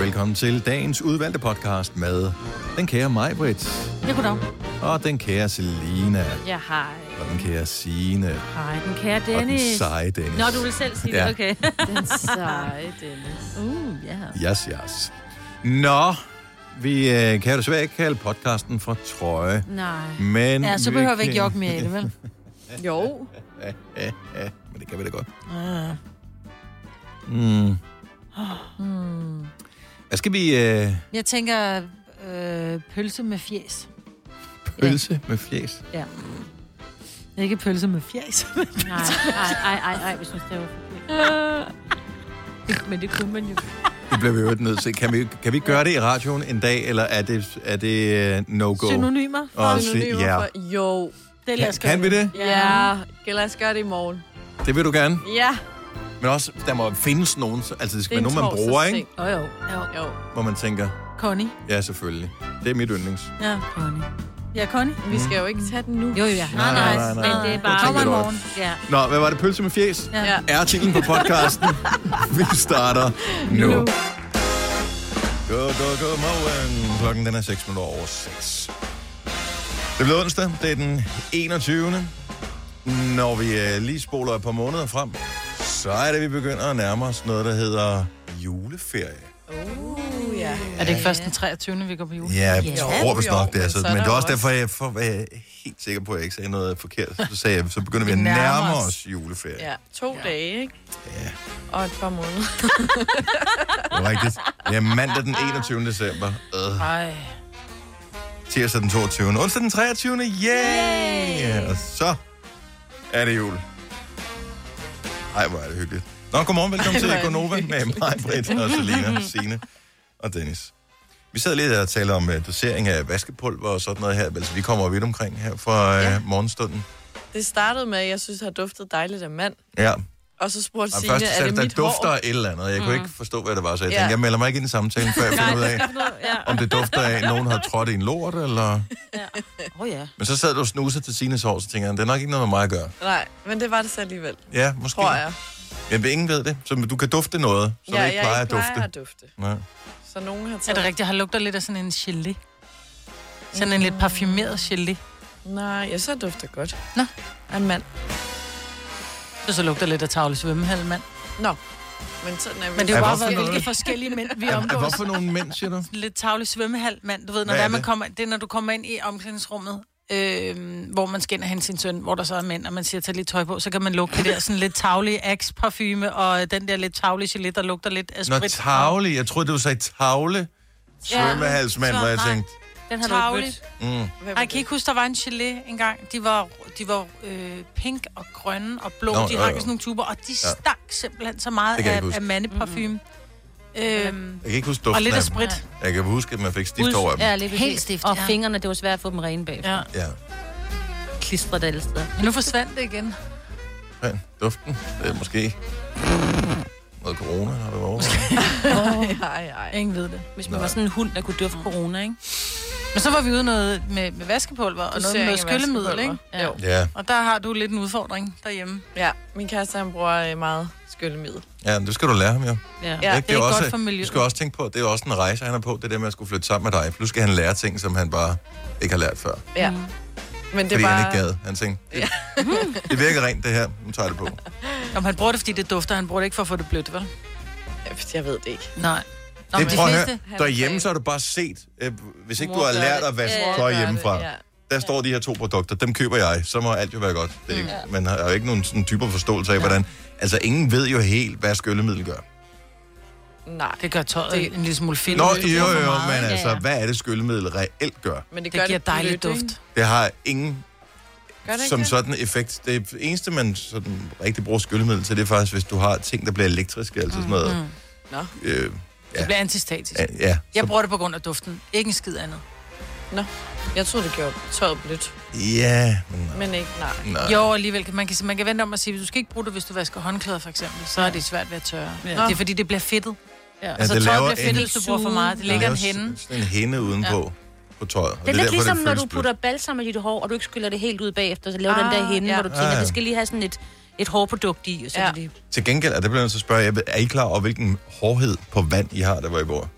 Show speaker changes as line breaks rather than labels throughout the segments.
velkommen til dagens udvalgte podcast med den kære Majbrit,
Ja, goddag.
og den kære Selina,
Ja, hej.
og den kære Signe,
Hej, den kære
og den
Dennis.
seje Dennis.
Nå, du vil selv sige
Ja.
det, okay.
Den seje Dennis.
Uh, ja.
Yes, yes. Nå, vi øh, kan jo desværre ikke kalde podcasten for trøje,
Nej.
men...
Ja, så behøver vi
kan-
ikke jokke mere i det, vel?
Jo.
Ja, ja, ja, men det kan vi da godt.
Ja.
Mm.
Ah.
Hmm.
Hvad skal vi... Øh,
Jeg tænker øh, pølse med fjes.
pølse med fjæs?
Ikke pølse med fjes.
Nej, nej, nej, nej, nej, vi synes, det var Men det kunne man jo.
Det bliver vi jo nødt til. Kan vi, kan vi ikke gøre det i radioen en dag, eller er det, er det øh, no-go?
Synonymer.
Og se, ja.
Jo.
Det lader
Kan, kan vi det?
Ja. ja. Lad os gøre det i morgen.
Det vil du gerne.
Ja.
Men også, der må findes nogen, så- altså det skal
en
være nogen, man bruger,
torsdagsting.
ikke?
Åh, oh, jo. jo.
Jo.
Hvor man tænker,
Connie.
ja, selvfølgelig. Det er mit yndlings.
Ja, Connie. Ja, Connie.
Vi skal jo ikke tage den nu.
Jo, ja.
Nej, nej, nej, nej.
Men det er bare...
Godt
Kommer
tænkt,
i
det var.
morgen. Ja.
Nå, hvad var det? Pølse med fjes?
Ja.
Ja.
Er titlen på podcasten. Vi starter nu.
Nu.
Go, go, go, morgen. Klokken den er 6 minutter over 6. Det bliver onsdag. Det er den 21. Når vi øh, lige spoler et par måneder frem, så er det, vi begynder at nærme os noget, der hedder juleferie.
Er det ikke først den 23. vi går på jul?
Ja, jeg
Ja.
tror vist
Jo,
nok, det er
men
sådan.
så er
Men
der
det er
jo
også
også-
derfor, jeg for, var jeg helt sikker på, at jeg ikke sagde noget forkert. Så, sagde jeg, så begynder vi at
Vi nærmer
nærme
os.
os juleferie.
Ja. To ja. dage, ikke?
Ja.
Og et par måneder.
Det er rigtigt. Ja, mandag den 21. december. Øh,
Ej.
tirsdag den 22. Onsdag den 23. Yay! Yeah! Og så er det jul. Ej, hvor er det hyggeligt. Nå, godmorgen. Velkommen til Gonova med mig, Britt og Selina, Signe og Dennis. Vi sad lidt og talte om uh, dosering af vaskepulver og sådan noget her. Altså, vi kommer jo vidt omkring her fra
Ja.
uh, morgenstunden.
Det startede med, at jeg synes, at har duftet dejligt af mand.
Ja,
Og så spurgte
og
Signe,
først
er
sagde
det
du, der
mit
dufter
hår? Mm.
et eller andet. Jeg kunne
Mm.
ikke forstå, hvad det var, så jeg
Ja.
tænkte, jeg melder mig ikke ind i samtalen, før jeg finder ud af,
Ja.
om det dufter af, at nogen har trådt i en lort, eller...
Åh, oh, ja.
Men så sad du og snusede til Sines hår, så tænkte jeg, det er nok ikke noget med mig at gøre.
Nej, men det var det så alligevel,
Ja, måske.
tror jeg.
Men ingen ved det, så du kan dufte noget, så ja,
ja,
det ikke
jeg
plejer at
ikke plejer
dufte.
at dufte.
Nej.
Så nogen har taget...
Er det rigtigt? Han lugter lidt af sådan en gelé. Sådan en lidt parfumeret gelé.
Mm. Nej, jeg så dufter godt.
Nå.
Af en mand.
Det så lugter lidt af tavle svømmehal, mand.
Nå. Men sådan er vi.
Men det er jo
Ja,
bare,
hvorfor
hvad,
noget?
hvilke forskellige mænd vi
Er, er,
omgås.
hvorfor nogle mænd, siger du?
Lidt tavle svømmehal, mand. Du ved, når det
Hvad er
er, man
det?
kommer, det er, når du kommer ind i omklædningsrummet, øh, hvor man skal ind og hente sin søn, hvor der så er mænd, og man siger, tag lidt tøj på, så kan man lugte det der sådan lidt tavlige axe parfume og øh, den der lidt tavlige gelé, der lugter lidt af
Nå,
sprit.
tavle. Jeg troede, du sagde tavle. Svømmehalsmand,
så
hvor jeg
nej.
tænkte,
Den har du ikke
Tavligt.
mødt.
mm,
Hvad var
Ej, jeg kan I ikke huske, der var en gelé engang. De var, de var øh, pink og grønne og blå.
Nå,
Nå,
jo,
de
jo.
hang i sådan nogle tuber, og de
Ja.
stank simpelthen så
Det
meget
kan jeg ikke
af,
huske.
af mandeparfume. Mm. Øhm,
jeg kan ikke huske
og
duften
lidt af
dem.
sprit.
Jeg kan huske, at man fik stift over dem.
Ja, lige præcis.
Helt stift,
Og
ja.
fingrene, det var svært at få dem rene bag. Ja.
Ja.
Ja.
Klistret alle steder.
Men Nu forsvandt det igen.
ja. Duften, det er måske... Noget corona har det været over.
det? Ej, ej.
Ingen ved det. Mm.
Hvis man var sådan en hund, der kunne dufte corona, ikke?
Men så var vi ude noget med, med vaskepulver og noget med noget skyllemiddel, ikke?
Ja. Jo.
Ja,
Og der har du lidt en udfordring derhjemme.
ja, min kæreste, han bruger øh, meget skyllemiddel.
ja, men det skal du lære ham jo.
Ja.
Ja.
ja.
Ikke?
det er
jo
godt
også,
for miljøet.
Du skal også tænke på, at det er også en rejse, han er på, det der med at skulle flytte sammen med dig. For nu skal han lære ting, som han bare ikke har lært før. Det
Ja. Mm. Men det
fordi
var...
han ikke gad. Han tænkte, det, det virker rent det her, nu tager jeg det på.
Om han bruger det, fordi det dufter. Han bruger det ikke for at få det blødt, vel?
Jeg ved det ikke.
Nej. Nå,
Det
men
prøv at
fleste-
høre. Derhjemme, så har du bare set, øh, hvis ikke du har
gør
lært
det.
at vaske
Ja,
tøj
gør
hjemmefra.
det, ja.
Der står de her to produkter, dem køber jeg, så må alt jo være godt. Det er ikke, man har jo ikke nogen sådan typer forståelse af, hvordan... Altså, ingen ved jo helt, hvad skyllemiddel gør.
Nej,
Det gør tøjet
Det-
en lille smule fedt.
Nå, jo, jo, men
Ja,
altså,
ja.
hvad er det skyllemiddel reelt gør?
men det, gør
Det giver dejlig
blødt, ikke?
duft.
Det har ingen
Gør det ikke
som
det?
sådan effekt. Det eneste, man sådan rigtig bruger skyllemiddel til, det er faktisk, hvis du har ting, der bliver elektriske, altså sådan noget.
Mm-hmm.
Nå.
Øh, Ja.
Mm-hmm. Det bliver antistatisk.
ja, ja.
Jeg
Så,
bruger det på grund af duften. Ikke en skid andet.
Nå. Jeg troede, det gjorde tøjet blødt,
ja, men
men ikke nej.
nej.
Jo, alligevel. kan- Man kan, man kan vente om at sige, at du skal ikke bruge det, hvis du vasker håndklæder, for eksempel. Så er det svært ved at tørre. Ja. Det er fordi, det bliver fedtet. Ja. Altså,
det
det tøjet
laver
bliver fedtet,
en-
hvis du bruger for meget. Det ligger en
Der er jo
hænde.
s- Sådan en hænde udenpå på tøjet. og
Det er lidt
derfor,
ligesom, når du
føles
putter balsam i dit hår, og du ikke skyller det helt ud bagefter, så laver ah, den der hende,
ja.
ja. hvor du tænker,
Ah, ja.
det skal lige have sådan et, et hårprodukt i, og så
Ja.
ja. det, Mm.
blødt. Til gengæld, og det bliver jeg nødt til at spørge, jer, er I klar over, hvilken hårdhed på vand, I har, der hvor I bor?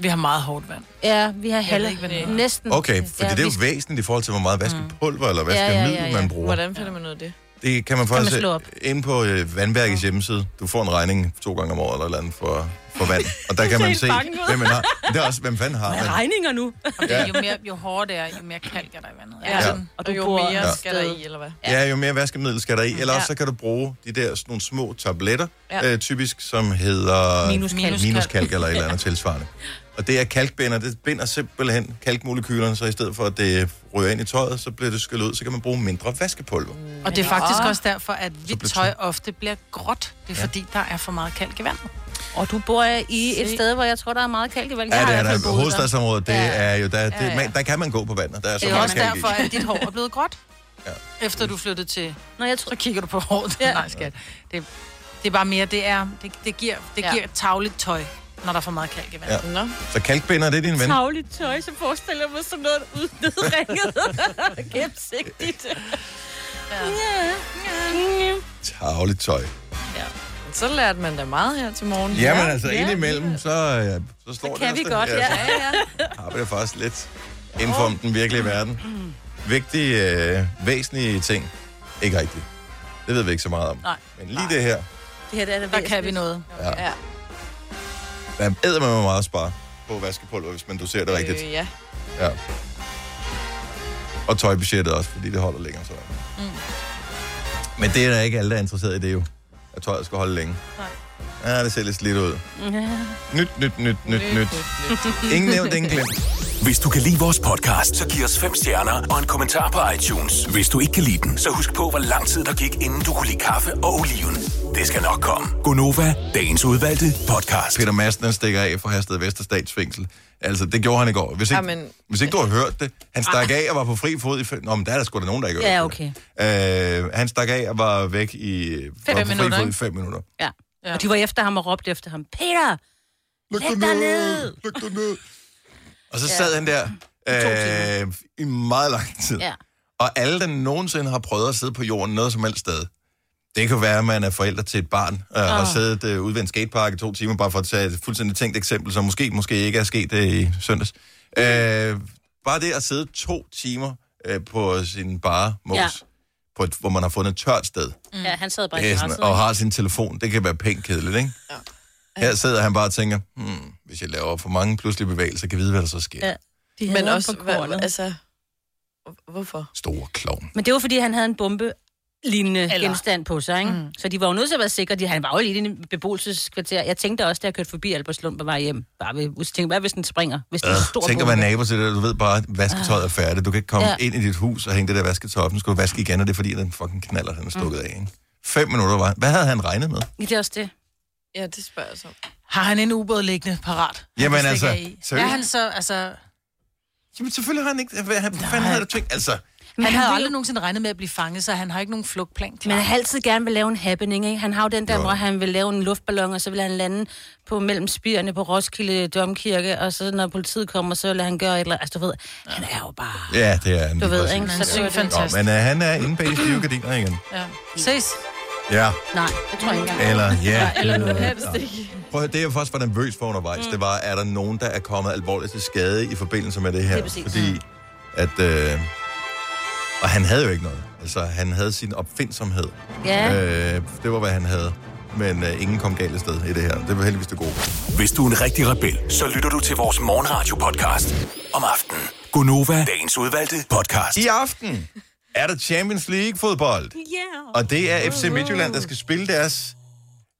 Vi har meget hårdt vand.
Ja, vi har halv...
ikke, hvad det er.
Næsten.
Okay, fordi
ja,
det er
vi Mm.
jo væsentligt i forhold til, hvor meget vaskepulver eller
ja, ja,
vaskemiddel
ja.
man bruger.
Hvordan finder man ud af det?
Det kan man
man
faktisk
slå op.
ind på øh, vandværkets hjemmeside. Du får en regning to gange om året eller et eller andet for, for vand. Og der kan man
helt
se,
bange ud.
hvem man har. Men Det er også, hvem fanden har man.
regninger nu.
Ja.
Ja. Jo, mere, jo hårdere det er, jo mere kalk er der i vandet.
Ja.
Altså,
Og
Og
du
jo
bor
mere
et
skal der
sted.
i, eller hvad?
Ja, jo mere vaskemiddel skal der i. Eller også
Ja.
så kan du bruge de der sådan nogle små tabletter,
Ja.
øh, typisk, som hedder
Minuskalk.
minuskalk eller et eller andet tilsvarende. Og det er kalkbinder. Det binder simpelthen kalkmolekylerne, så i stedet for, at det ryger ind i tøjet, så bliver det skyllet ud, så kan man bruge mindre vaskepulver.
Og det er faktisk også derfor, at
bliver
hvidt tøj ofte bliver gråt. Det er
Ja.
fordi, der er for meget kalk i vandet.
Og du bor i et sted, hvor jeg tror, der er meget kalkevand.
Ja, det er der.
der.
Hovedstadsområdet, det
Ja.
er jo, der, det,
Ja, ja.
Man, der kan man gå på vandet. Der er så
Det er
meget
også
kalk i.
derfor, at dit hår er blevet gråt.
Ja.
Ja. Efter du flyttede til...
Nå, jeg tror...
Så kigger du på håret. Ja. Nej, skat. Det, det er bare mere, det er... Det, det giver, det
Ja.
giver tagligt tøj, når der er for meget kalk i vandet.
Ja.
Ja.
Nå.
Så kalkbinder, det er din ven.
Tavligt tøj, så forestiller jeg mig sådan noget ud nedringet. Gennemsigtigt. Ja. ja.
Tavligt tøj.
Så lærte man da meget her til morgen.
Jamen altså,
ja.
indimellem, så, øh, så står det
Kan vi
også,
godt, ja.
så-
ja, ja.
arbejder faktisk lidt inden for den virkelige verden. Vigtige, øh, væsentlige ting. Ikke rigtigt. Det ved vi ikke så meget om.
Nej.
Men lige det her,
Det her, det er da
Der kan vi
væsentligt.
noget.
Ja.
der æder man meget at spare på vaskepulver, hvis man doserer det rigtigt.
Øh, ja.
Ja. Og tøjbudgettet også, fordi det holder længere så. Mm. Men det er der ikke alle, der er interesseret i det jo. At tøjet skal holde længe. Nej. Ja, det ser lidt slidt ud. Nyt, nyt, nyt, nyt, nyt. Ingen nævnt, ingen glemt.
Hvis du kan lide vores podcast, så giv os fem stjerner og en kommentar på iTunes. Hvis du ikke kan lide den, så husk på, hvor lang tid der gik, inden du kunne lide kaffe og oliven. Det skal nok komme. Gonova, dagens udvalgte podcast.
Peter Madsen, han stikker af fra Hersted Vesterstatsfængsel. Altså, det gjorde han i går. Hvis ikke,
Jamen.
hvis ikke du har hørt det, han stak af og var på fri fod i... fæ- Nå, men der er der sgu da nogen, der ikke har
Ja,
hørt det. Øh, han stak af og var væk i... Fem var på
minutter,
fri fod i
ikke?
fem minutter.
Ja. Og de var efter ham og råbte efter ham. Peter! Læg dig ned!
Læg dig ned! Og så sad han der øh, i meget lang tid.
Ja.
Og alle, der nogensinde har prøvet at sidde på jorden noget som helst sted, det kan være, at man er forældre til et barn øh, og har siddet øh, ude ved en skatepark i to timer, bare for at tage et fuldstændig tænkt eksempel, som måske, måske ikke er sket øh, i søndags. Øh, bare det at sidde to timer øh, på sin bare mos, ja.
Ja.
på et, hvor man har fundet et tørt sted,
Ja, han sad bare i
det er sådan,
græsset.
og har sin telefon, det kan være pænt kedeligt, ikke? Ja. Her sidder han bare og tænker, hmm, hvis jeg laver for mange pludselige bevægelser, kan jeg vide, hvad der så sker. Ja.
Ja. De havde
Men
ham
også,
på
hvad,
kornet.
altså... Hvorfor?
Store klovn.
Men det var, fordi han havde en bombe lignende
Eller-
genstand på sig, ikke? Mm. Så de var jo nødt til at være sikre. De, han var jo lige i en beboelseskvarter. Jeg tænkte også, da jeg kørte forbi Albertslund på vej hjem. Bare ved, jeg tænkte, hvad hvis den springer? Hvis det er en stor
Øh, tænker
bombe.
man nabo til det, du ved bare, at vasketøjet er færdigt. Du kan ikke komme ja.
Øh. Ja.
ind i dit hus og hænge det der vasketøj op. Nu skal du vaske igen, og det er fordi, den fucking knaller, den er stukket af. Ikke? Fem minutter var Hvad havde han regnet med?
Ja, Det er også det.
Ja, det spørger jeg så.
Har han en ubåd liggende parat? han
Jamen
kan stikke
altså,
af i?
seriøst?
Er han så, altså...
Jamen selvfølgelig har han ikke... Hvad han- hvad fanden havde du tænkt? Altså,
Men
Han havde
vil
aldrig
jo-
nogensinde regnet med at blive fanget, så han har ikke nogen flugtplan klar.
Men han har altid gerne vil lave en happening, ikke? Han har jo den der,
Jo.
jo. hvor han vil lave en luftballon, og så vil han lande på mellem spirene på Roskilde Domkirke, og så når politiet kommer, så vil han gøre et eller andet. Altså, du ved, han er jo bare...
ja, det er
Du
han. lige
ved,
præcis.
ikke? Så
Han
det var
synger
det.
Nå,
fantastisk.
men øh, han er inde bag de stive gardiner igen.
Ja. Ses.
Ja.
Nej, det tror jeg ikke engang.
Eller ja.
Eller noget helst ikke.
Prøv at høre, det jeg faktisk var nervøs for undervejs, mm. det var, er der nogen, der er kommet alvorligt til skade i forbindelse med det her?
Det er præcis. Mm.
Fordi at... Øh, og han havde jo ikke noget. Altså, han havde sin opfindsomhed.
Ja.
Øh, det var, hvad han havde. Men øh, ingen kom galt af sted i det her. Det var heldigvis det gode.
Hvis du er en rigtig rebel, så lytter du til vores morgenradio-podcast om aftenen. Gonova, dagens udvalgte podcast.
I aften er der Champions League-fodbold.
Yeah.
Og det er FC Midtjylland, der skal spille deres...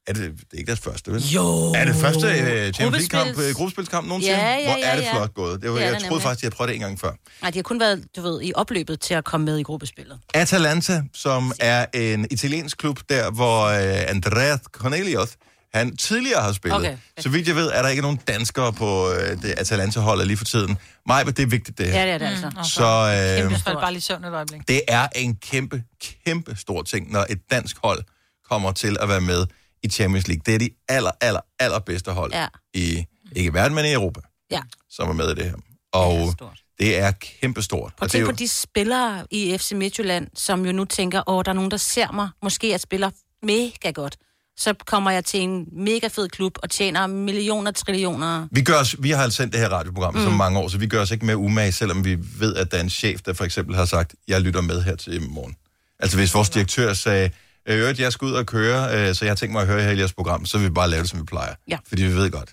Er det, det er ikke deres første, vel?
Jo.
Er det første uh, Champions League-kamp,
Gruppespils.
uh, gruppespilskamp nogensinde?
Ja, ja,
Hvor er
ja,
det
ja.
flot gået. Det var,
Det er
jeg
det
troede
nemlig.
faktisk, jeg prøvede det en gang før.
Nej, de har kun været, du ved, i opløbet til at komme med i gruppespillet.
Atalanta, som er en italiensk klub, der hvor uh, Andrea Cornelius, han tidligere har spillet. Okay.
Okay.
Så vidt jeg ved, er der ikke nogen danskere på uh, det Atalanta-holdet lige for tiden. Maj, men det er vigtigt, det her.
Ja, det er det altså.
Så øh,
Jeg faldt bare lige i søvn et øjeblik.
det er en kæmpe, kæmpe stor ting, når et dansk hold kommer til at være med i Champions League. Det er de aller, aller, allerbedste hold
Ja.
i, ikke i verden, men i Europa,
Ja.
som er med i det her.
Det er
Og
stort.
det Altså, er kæmpe stort.
Prøv at tænke på de spillere i FC Midtjylland, som jo nu tænker, åh, der er nogen, der ser mig. Måske jeg spiller mega godt. så kommer jeg til en mega fed klub og tjener millioner, trillioner.
Vi, gør os, vi har sendt det her radioprogram mm. så mange år, så vi gør os ikke mere umage, selvom vi ved, at der er en chef, der for eksempel har sagt, jeg lytter med her til i morgen. Altså hvis vores direktør sagde, øh, øvrigt, jeg skal ud og køre, øh, så jeg har tænkt mig at høre her i jeres program, så vil vi bare lave det, som vi plejer.
Ja.
Fordi vi ved godt,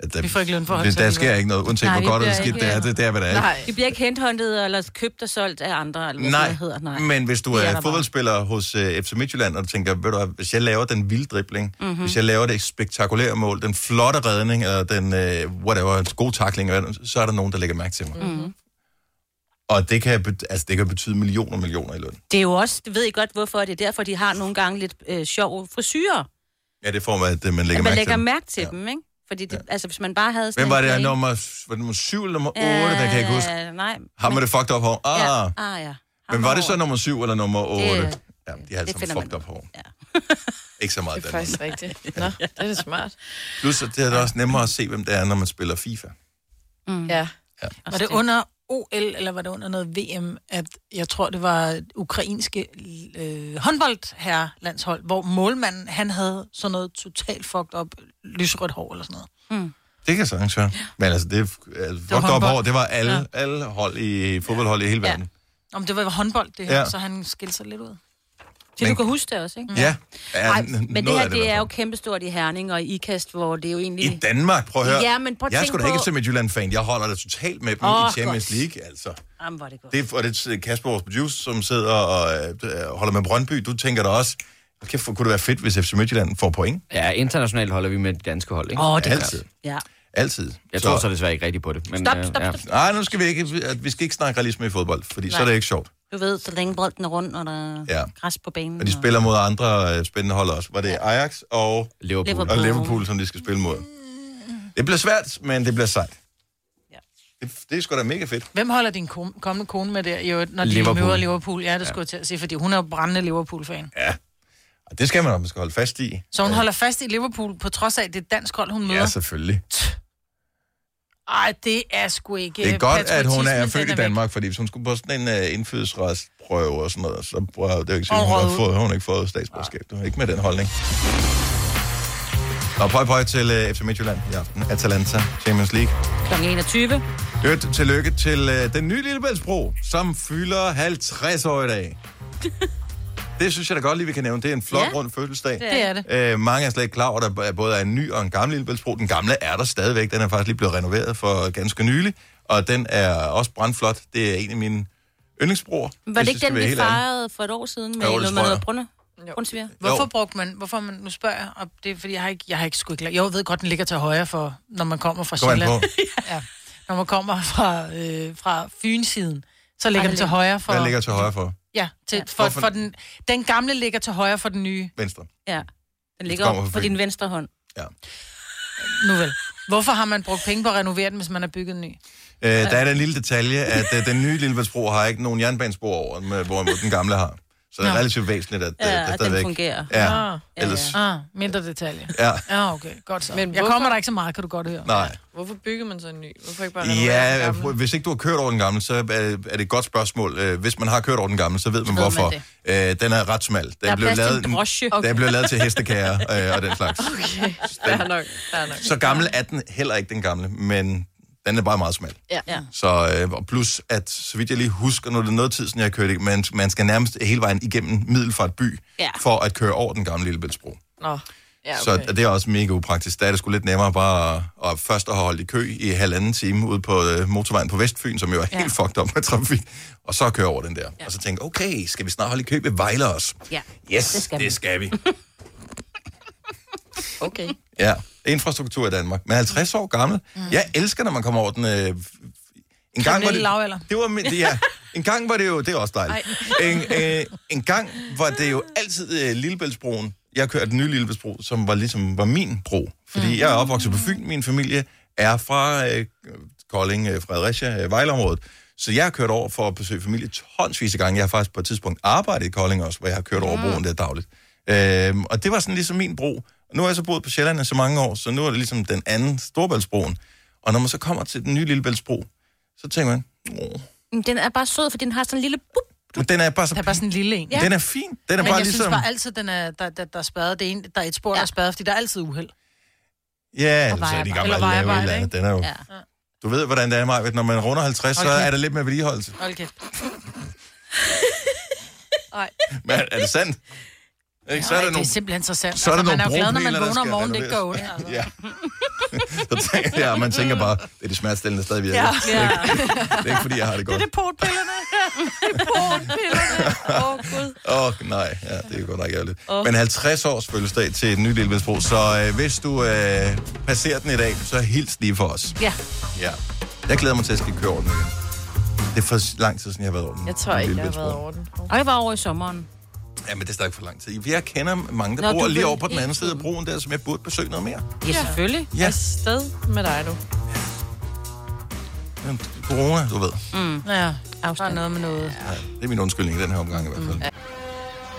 at der,
Vi får ikke lønforhøjelse
det, der sker
alligevel.
ikke noget, uanset
Nej,
Nej,
vi
hvor godt
bliver
eller skidt
ikke-
det er, det, det er, hvad det er. ikke?
Nej.
Det bliver ikke henthåndtet eller købt og solgt af andre, eller hvad Nej. det hedder. Nej.
men hvis du
Det er
er
der bare.
fodboldspiller hos uh, FC Midtjylland, og du tænker, ved du, hvad, hvis jeg laver den vilde dribling,
Mhm.
mm-hmm. hvis jeg laver det spektakulære mål, den flotte redning, eller den uh, whatever, gode takling, eller hvad, så er der nogen, der lægger mærke til
Mm.
mig. Mm-hmm. Og det kan, bet- altså, det kan betyde millioner og millioner i løn.
Det er jo også, det ved I godt hvorfor, det er derfor, de har nogle gange lidt øh, sjove frisyrer.
Ja, det får man, at øh, man lægger
At man
mærke
lægger
til. dem.
mærke til ja. dem, ikke? Fordi det, ja. altså, hvis man bare havde sådan...
Hvem var det?
en-
Nummer, var det nummer 7 eller nummer 8? Øh, der kan jeg ikke huske.
Øh, Nej.
Ham med det fucked up hår. Ah,
Ja.
ja.
Ah, ja. Ham
Men var det
over.
så nummer 7 eller nummer 8?
Det- øh,
Det, ja, de har alle
det
sammen
finder man
fucked up
ud.
hår.
Ja.
Ikke så meget
Det er
Danmark.
faktisk rigtigt. Nå, det er da smart.
Plus, at det er da også nemmere at se, hvem det er, når man spiller FIFA.
Mm.
Ja.
Var det under OL, eller var det under noget VM, at jeg tror, det var ukrainske øh, håndboldherrelandshold, hvor målmanden, han havde sådan noget totalt fucked op lyserødt hår eller sådan noget.
Det kan sagtens være. Men altså, det, altså, det var op
håndbold.
over, det var alle, ja. alle hold i fodboldhold i hele verden.
Om det var håndbold, det her,
Ja.
ja. så han skilte sig lidt ud.
Så du
Men-
kan huske det også, ikke?
Ja. ja.
Ej, men det her, det,
i
er jo
hvert
kæmpestort i Herning og i Ikast, hvor det er jo egentlig...
fald. I Danmark, prøv at høre.
Ja, men prøv at
jeg er
tænke
sgu da ikke
på-
som et Jylland-fan. Jeg holder da totalt med dem
Åh,
i Champions
godt.
League, altså.
Jamen, hvor er det godt.
Det er, og det er Kasper, vores producer, som sidder og øh, holder med Brøndby. Du tænker da også, kæft, hvor kunne det være fedt, hvis FC Midtjylland får point?
Ja, internationalt holder vi med det danske hold, ikke?
Åh, det er godt.
Altid.
Ja.
Altid.
Jeg tror så desværre ikke rigtigt på det. Men,
Stop,
øh,
stop,
ja.
stop.
Nej, nu skal vi ikke, at vi skal ikke snakke realisme i fodbold, fordi Nej. så er det ikke sjovt.
Du ved, så længe bolden er rundt, og der er
Ja.
græs på banen.
Og de spiller mod andre øh, spændende hold også. Var det Ajax og
Liverpool.
og
Åh.
Liverpool, som de skal spille mod. Det bliver svært, men det bliver sejt.
Ja.
Det, det er sgu da mega fedt.
Hvem holder din kom- kommende kone med der, i øvrigt, når de
Liverpool.
Liverpool. møder Liverpool? Ja, det skulle jeg til at sige, fordi hun er jo brændende Liverpool-fan. Ja.
Og det skal man, man skal holde fast i.
Så hun holder fast i Liverpool, på trods af, at det er et dansk hold, hun møder.
Ja, selvfølgelig.
Ej, det er sgu ikke... øh,
Det er godt, at hun er
patriotismen,
født i
den væk.
Danmark, fordi hvis hun skulle på sådan en uh, indfødsretsprøve og sådan noget, så prøver, det er jo ikke sikkert,
Og
hun har
røget
fået, hun har ikke fået statsborgerskab. Du har ikke med den holdning. Og pøj pøj til uh, FC Midtjylland i aften. Atalanta, Champions League.
Klokken 21.
Øvrigt, tillykke til øh, den nye Lillebæltsbro, som fylder 50 år i dag. det synes jeg da godt lige, vi kan nævne. Det er en flot ja.
Ja.
rund fødselsdag.
Det er det.
Øh, mange er slet ikke klar over, at der både er en ny og en gammel Lillebæltsbro. Den gamle er der stadigvæk. Den er faktisk lige blevet renoveret for ganske nylig. Og den er også brandflot. Det er en af mine yndlingsbroer.
Var
hvis
det
jeg
ikke
skal
den,
være
vi
helt ærlig.
fejrede for et år siden med
Jo,
noget
det tror
med
jeg.
noget brunne?
Jo.
Brunsviger?
Hvorfor
Jo.
brugte man, hvorfor man, nu spørger jeg, og det er fordi, jeg har ikke, jeg har ikke sgu ikke, jo, jeg ved godt, den ligger til højre for, når man kommer fra
Kom an
Sjælland.
på.
ja. Når man kommer fra, øh, fra Fynsiden, så ligger
Ej,
den
det
til højre for...
Hvad ligger til højre for?
Ja, til, for,
Hvorfor-
for den, den gamle ligger til højre for den nye.
Venstre.
Ja. Den ligger
kommer
op
fra
på
Fyn.
din venstre hånd.
Nu vel. Hvorfor har man brugt penge på at renovere den, hvis man har bygget en ny?
Øh, der er den lille detalje, at øh, den nye Lillebæltsbro har ikke nogen jernbanespor over, med, hvorimod den gamle har. Så det er
Nå.
relativt væsentligt, at, øh,
Ja,
der
at den
stadigvæk-
fungerer.
Ja,
Ah.
ellers...
Ah, mindre detalje.
Ja.
Ja, okay, godt så.
Men
Men jeg
hvorfor-
kommer der ikke så meget, kan du godt høre.
Nej.
Hvorfor bygger man så en ny? Hvorfor ikke bare renovere den
Ja,
gamle?
hvis ikke du har kørt over den gamle, så er er det et godt spørgsmål. Øh, Hvis man har kørt over den gamle, så ved man hvorfor. Øh, Den er ret smal.
Der
Den
er
blev
plads til
lavet,
en drosje.
den blev lavet til hestekager øh, og den slags.
Okay, fair nok, fair nok.
Så gammel er den heller ikke, den gamle, men den er bare meget smal.
Ja.
Ja.
Så øh, og plus, at så vidt jeg lige husker, nu er det noget tid, siden jeg har kørt, ikke? men man skal nærmest hele vejen igennem Middelfart by,
Ja.
for at køre over den gamle Lillebæltsbro.
Nå, ja,
Så
okay.
det er også mega upraktisk. Der er det sgu lidt nemmere bare at, at først at holde i kø i halvanden time ude på øh, motorvejen på Vestfyn, som jo er helt fucked op med trafik, og så køre over den der. Og så tænke, okay, skal vi snart holde i kø ved Vejle os?
Ja.
Yes, det
Det
skal,
skal
det
vi.
skal vi.
Okay.
ja, infrastruktur i Danmark. Men 50 år gammel. Mm. Jeg elsker, når man kommer over den... Øh, en gang var
Kriminelle
det,
lavalder.
det var min, ja. En gang var det jo, det er også dejligt. En, øh, en gang var det jo altid øh, Lillebæltsbroen. Jeg kørte den nye Lillebæltsbro, som var ligesom var min bro. Fordi mm. jeg er opvokset på Fyn, min familie er fra øh, Kolding, øh, Fredericia, øh, Vejleområdet. Så jeg har kørt over for at besøge familie tonsvis af gange. Jeg har faktisk på et tidspunkt arbejdet i Kolding også, hvor jeg har kørt over broen der dagligt. Øhm, og det var sådan ligesom min bro. Og nu har jeg så boet på Sjælland i så mange år, så nu er det ligesom den anden Storbæltsbroen. Og når man så kommer til den nye Lillebæltsbro, så tænker man, åh,
Men Den er bare sød, for den har sådan en lille bup
Men den er bare så...
Der er bare sådan en lille en.
Ja. Den er fin. Den er
Men
bare
jeg
ligesom...
synes bare altid, den er, der, der, der er spadet. Det er en, der er et spor, ja. der er spadet, fordi der er altid uheld.
Ja, eller så er
vejer
de
bare.
gamle at
Eller vejer
lave et
bare,
eller andet.
ikke?
Den er jo... Du ved, hvordan det er, Maja. Når man runder 50, så
Okay.
er der lidt mere vedligeholdelse.
Hold kæft.
Men er det sandt? Ikke? Så er
Ej,
der
det er
nogle...
simpelthen så sandt. Altså,
så er der
man er jo
nogle
glad, når man vågner
bropeler, der
om
skal
morgenen, det ikke går ondt.
renoveres. Ja. så tænker, ja, man tænker bare, det er det smertestillende stadig virker.
Ja.
Det, er ikke, det er ikke, fordi jeg har det godt.
Portpillerne.
Åh, oh, Gud.
Åh, oh, nej. Ja, det er godt nok ærgerligt. Oh. Men 50 års fødselsdag til den nye Lillebæltsbro, så øh, hvis du øh, passerer den i dag, så hils lige for os.
Ja.
Ja. Jeg glæder mig til at skal køre over den igen. Det er for lang tid siden, jeg har været over den.
Jeg tror ikke, jeg har været
Lillebæltsbroen.
over den.
Og jeg var over i sommeren.
Ja, men det er stadig for lang tid. Jeg kender mange, der
Nå,
Nå, bor
du
lige
vil
over på den
hele
anden side af
tiden.
broen der, som jeg burde besøge noget mere.
Ja, selvfølgelig.
Ja.
Ja. Afsted med dig, du.
Men Corona, du ved.
Ja, bare
Afstand.
noget med noget.
Ja, det er min undskyldning i den her omgang i hvert fald.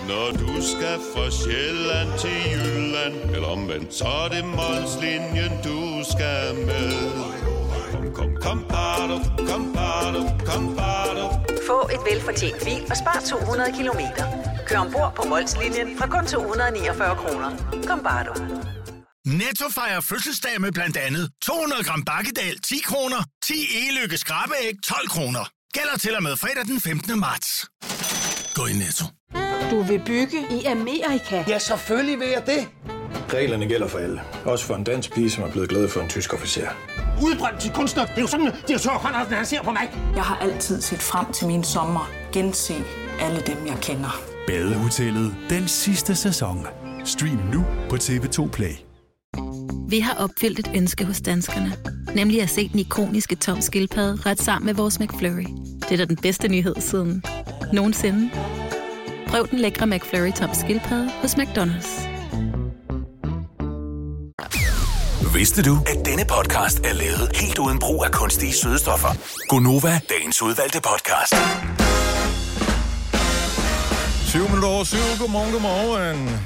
Når du skal fra Sjælland til Jylland Eller omvendt, så er det Molslinjen, du skal med Kom, kom, kom, bado, kom, bado, kom, bado.
Få et velfortjent bil og spar 200 kilometer. Kør ombord på Molslinjen fra kun 249 kroner. Kom bare du.
Netto fejrer fødselsdag med blandt andet 200 gram bakkedal 10 kroner, 10 e-lykke skrabeæg 12 kroner. Gælder til og med fredag den 15. marts. Gå i Netto.
Reglerne gælder for alle. Også for en dansk pige, som er blevet glad for en tysk officer.
Udbrændt til kunstner. Det er jo sådan, at de har tørt, han ser på mig.
Jeg har altid set frem til min sommer. Gense alle dem, jeg kender.
Badehotellet den sidste sæson. Stream nu på TV2 Play.
Vi har opfyldt et ønske hos danskerne. Nemlig at se den ikoniske tom skildpadde ret sammen med vores McFlurry. Det er da den bedste nyhed siden nogensinde. Prøv den lækre McFlurry tom skildpadde hos McDonald's.
Vidste du, at denne podcast er lavet helt uden brug af kunstige sødestoffer? Gonova, dagens udvalgte podcast.
20 minutter over 7. Godmorgen, godmorgen.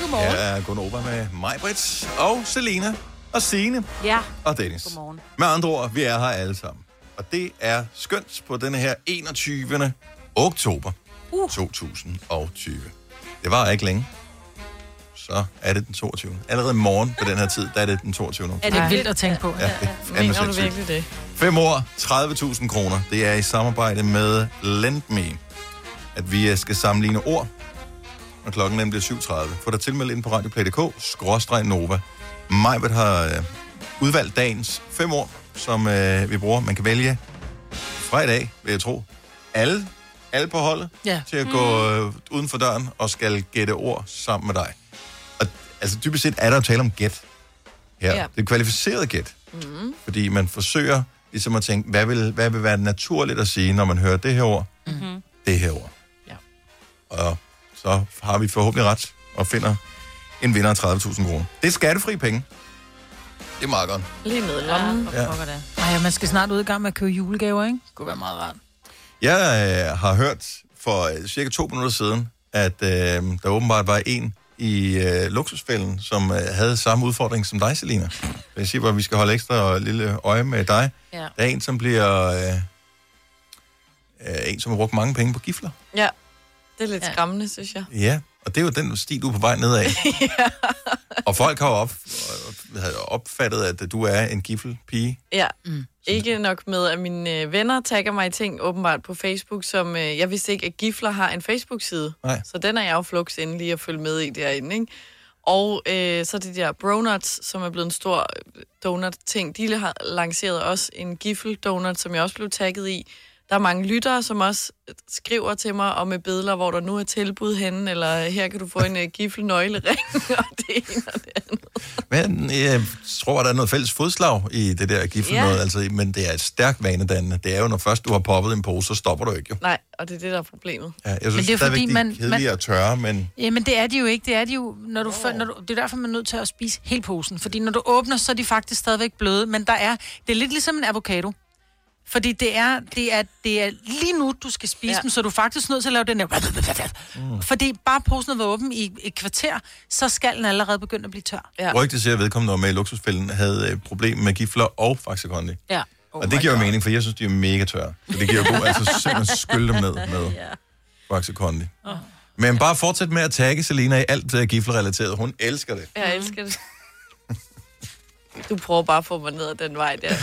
Godmorgen. Jeg er Gunnova med mig, Britt, og Selena, og Signe
Ja.
og Dennis.
Godmorgen.
Med andre ord, vi er her alle sammen. Og det er skønt på den her 21. oktober uh. 2020. Det var ikke længe. Så er det den 22. Allerede i morgen på den her tid, der er det den 22.
Er det vildt at tænke på?
Ja, det er fandme
Mener du
sindssygt.
virkelig det?
5 år, 30.000 kroner. Det er i samarbejde med LendMe, at vi øh, skal sammenligne ord. Og klokken den bliver 7.30. Få dig tilmeldt ind på radioplay.dk, skråstreg Nova. Majbet har øh, udvalgt dagens fem ord, som øh, vi bruger. Man kan vælge fra i dag, vil jeg tro, alle, alle på holdet
Ja.
til at gå øh, uden for døren og skal gætte ord sammen med dig. Og altså dybest set er der jo tale om gæt her.
Ja.
Ja. Det er kvalificeret gæt. Mm. Fordi man forsøger ligesom at tænke, hvad vil, hvad vil være naturligt at sige, når man hører det her ord, mm-hmm. det her ord.
Ja.
Og så har vi forhåbentlig ret og finder en vinder af 30.000 kroner. Det er skattefri penge. Det er meget godt.
Lige ned i lommen.
Ja.
Ej, man skal snart ud i gang med at købe julegaver, ikke? Det kunne være meget rart.
Jeg øh, har hørt for øh, cirka to minutter siden, at øh, der åbenbart var en i øh, luksusfælden, som øh, havde samme udfordring som dig, Selina. Jeg siger bare, at vi skal holde ekstra lille øje med dig.
Ja.
Der er en, som bliver... Øh, øh, en, som har brugt mange penge på gifler.
ja. Det er lidt ja. Mm. skræmmende, synes jeg.
Ja, og det er jo den sti, du er på vej nedad. ja. Og folk har jo op, øh, havde opfattet, at du er en giffelpige.
Ja. Mm. Ikke nok med, at mine øh, venner tagger mig i ting åbenbart på Facebook, som øh, jeg vidste ikke, at Gifler har en Facebook-side.
Nej.
Så den er jeg jo flux inde lige at følge med i derinde, ikke? Og øh, så de der Bronuts, som er blevet en stor øh, donut-ting. De har lanceret også en Gifle-donut, som jeg også blev tagget i. Der er mange lyttere, som også øh, skriver til mig og med billeder, hvor der nu er tilbud henne, eller her kan du få en øh, Gifle-nøglering, og det ene og det andet.
Men jeg tror, der er noget fælles fodslag i det der gifle
Ja.
yeah. noget, altså, men det er et stærkt vanedannende. Det er jo, når først du har poppet en pose, så stopper du ikke. Jo.
Nej, og det er det, der er problemet.
Ja, jeg synes men
det er jo fordi,
stadigvæk, de
man-
er kedelige og tørre, men
Jamen, det er de jo ikke. Det er de jo, når du, oh. når du, det er derfor, man er nødt til at spise hele posen. Fordi når du åbner, så er de faktisk stadigvæk bløde. Men der er, det er lidt ligesom en avocado. Fordi det er, det er, det er lige nu, du skal spise ja.
Ja.
dem, så er du er faktisk nødt til at lave den der... Mm. Fordi bare posen har været åben i et kvarter, så skal den allerede begynde at blive tør.
Ja.
rygtet siger, at vedkommende der var med i luksusfælden havde øh, problemer med gifler og Faxe Kondi.
Ja.
Oh og det giver jo mening, for jeg synes, de er mega tørre. Så det giver jo god, altså simpelthen skylle dem ned med. Faxe Kondi. Men bare fortsæt med at tagge Selena i alt øh, giflerelateret. Hun elsker det.
Jeg elsker det. Du prøver bare at få mig ned ad den vej der.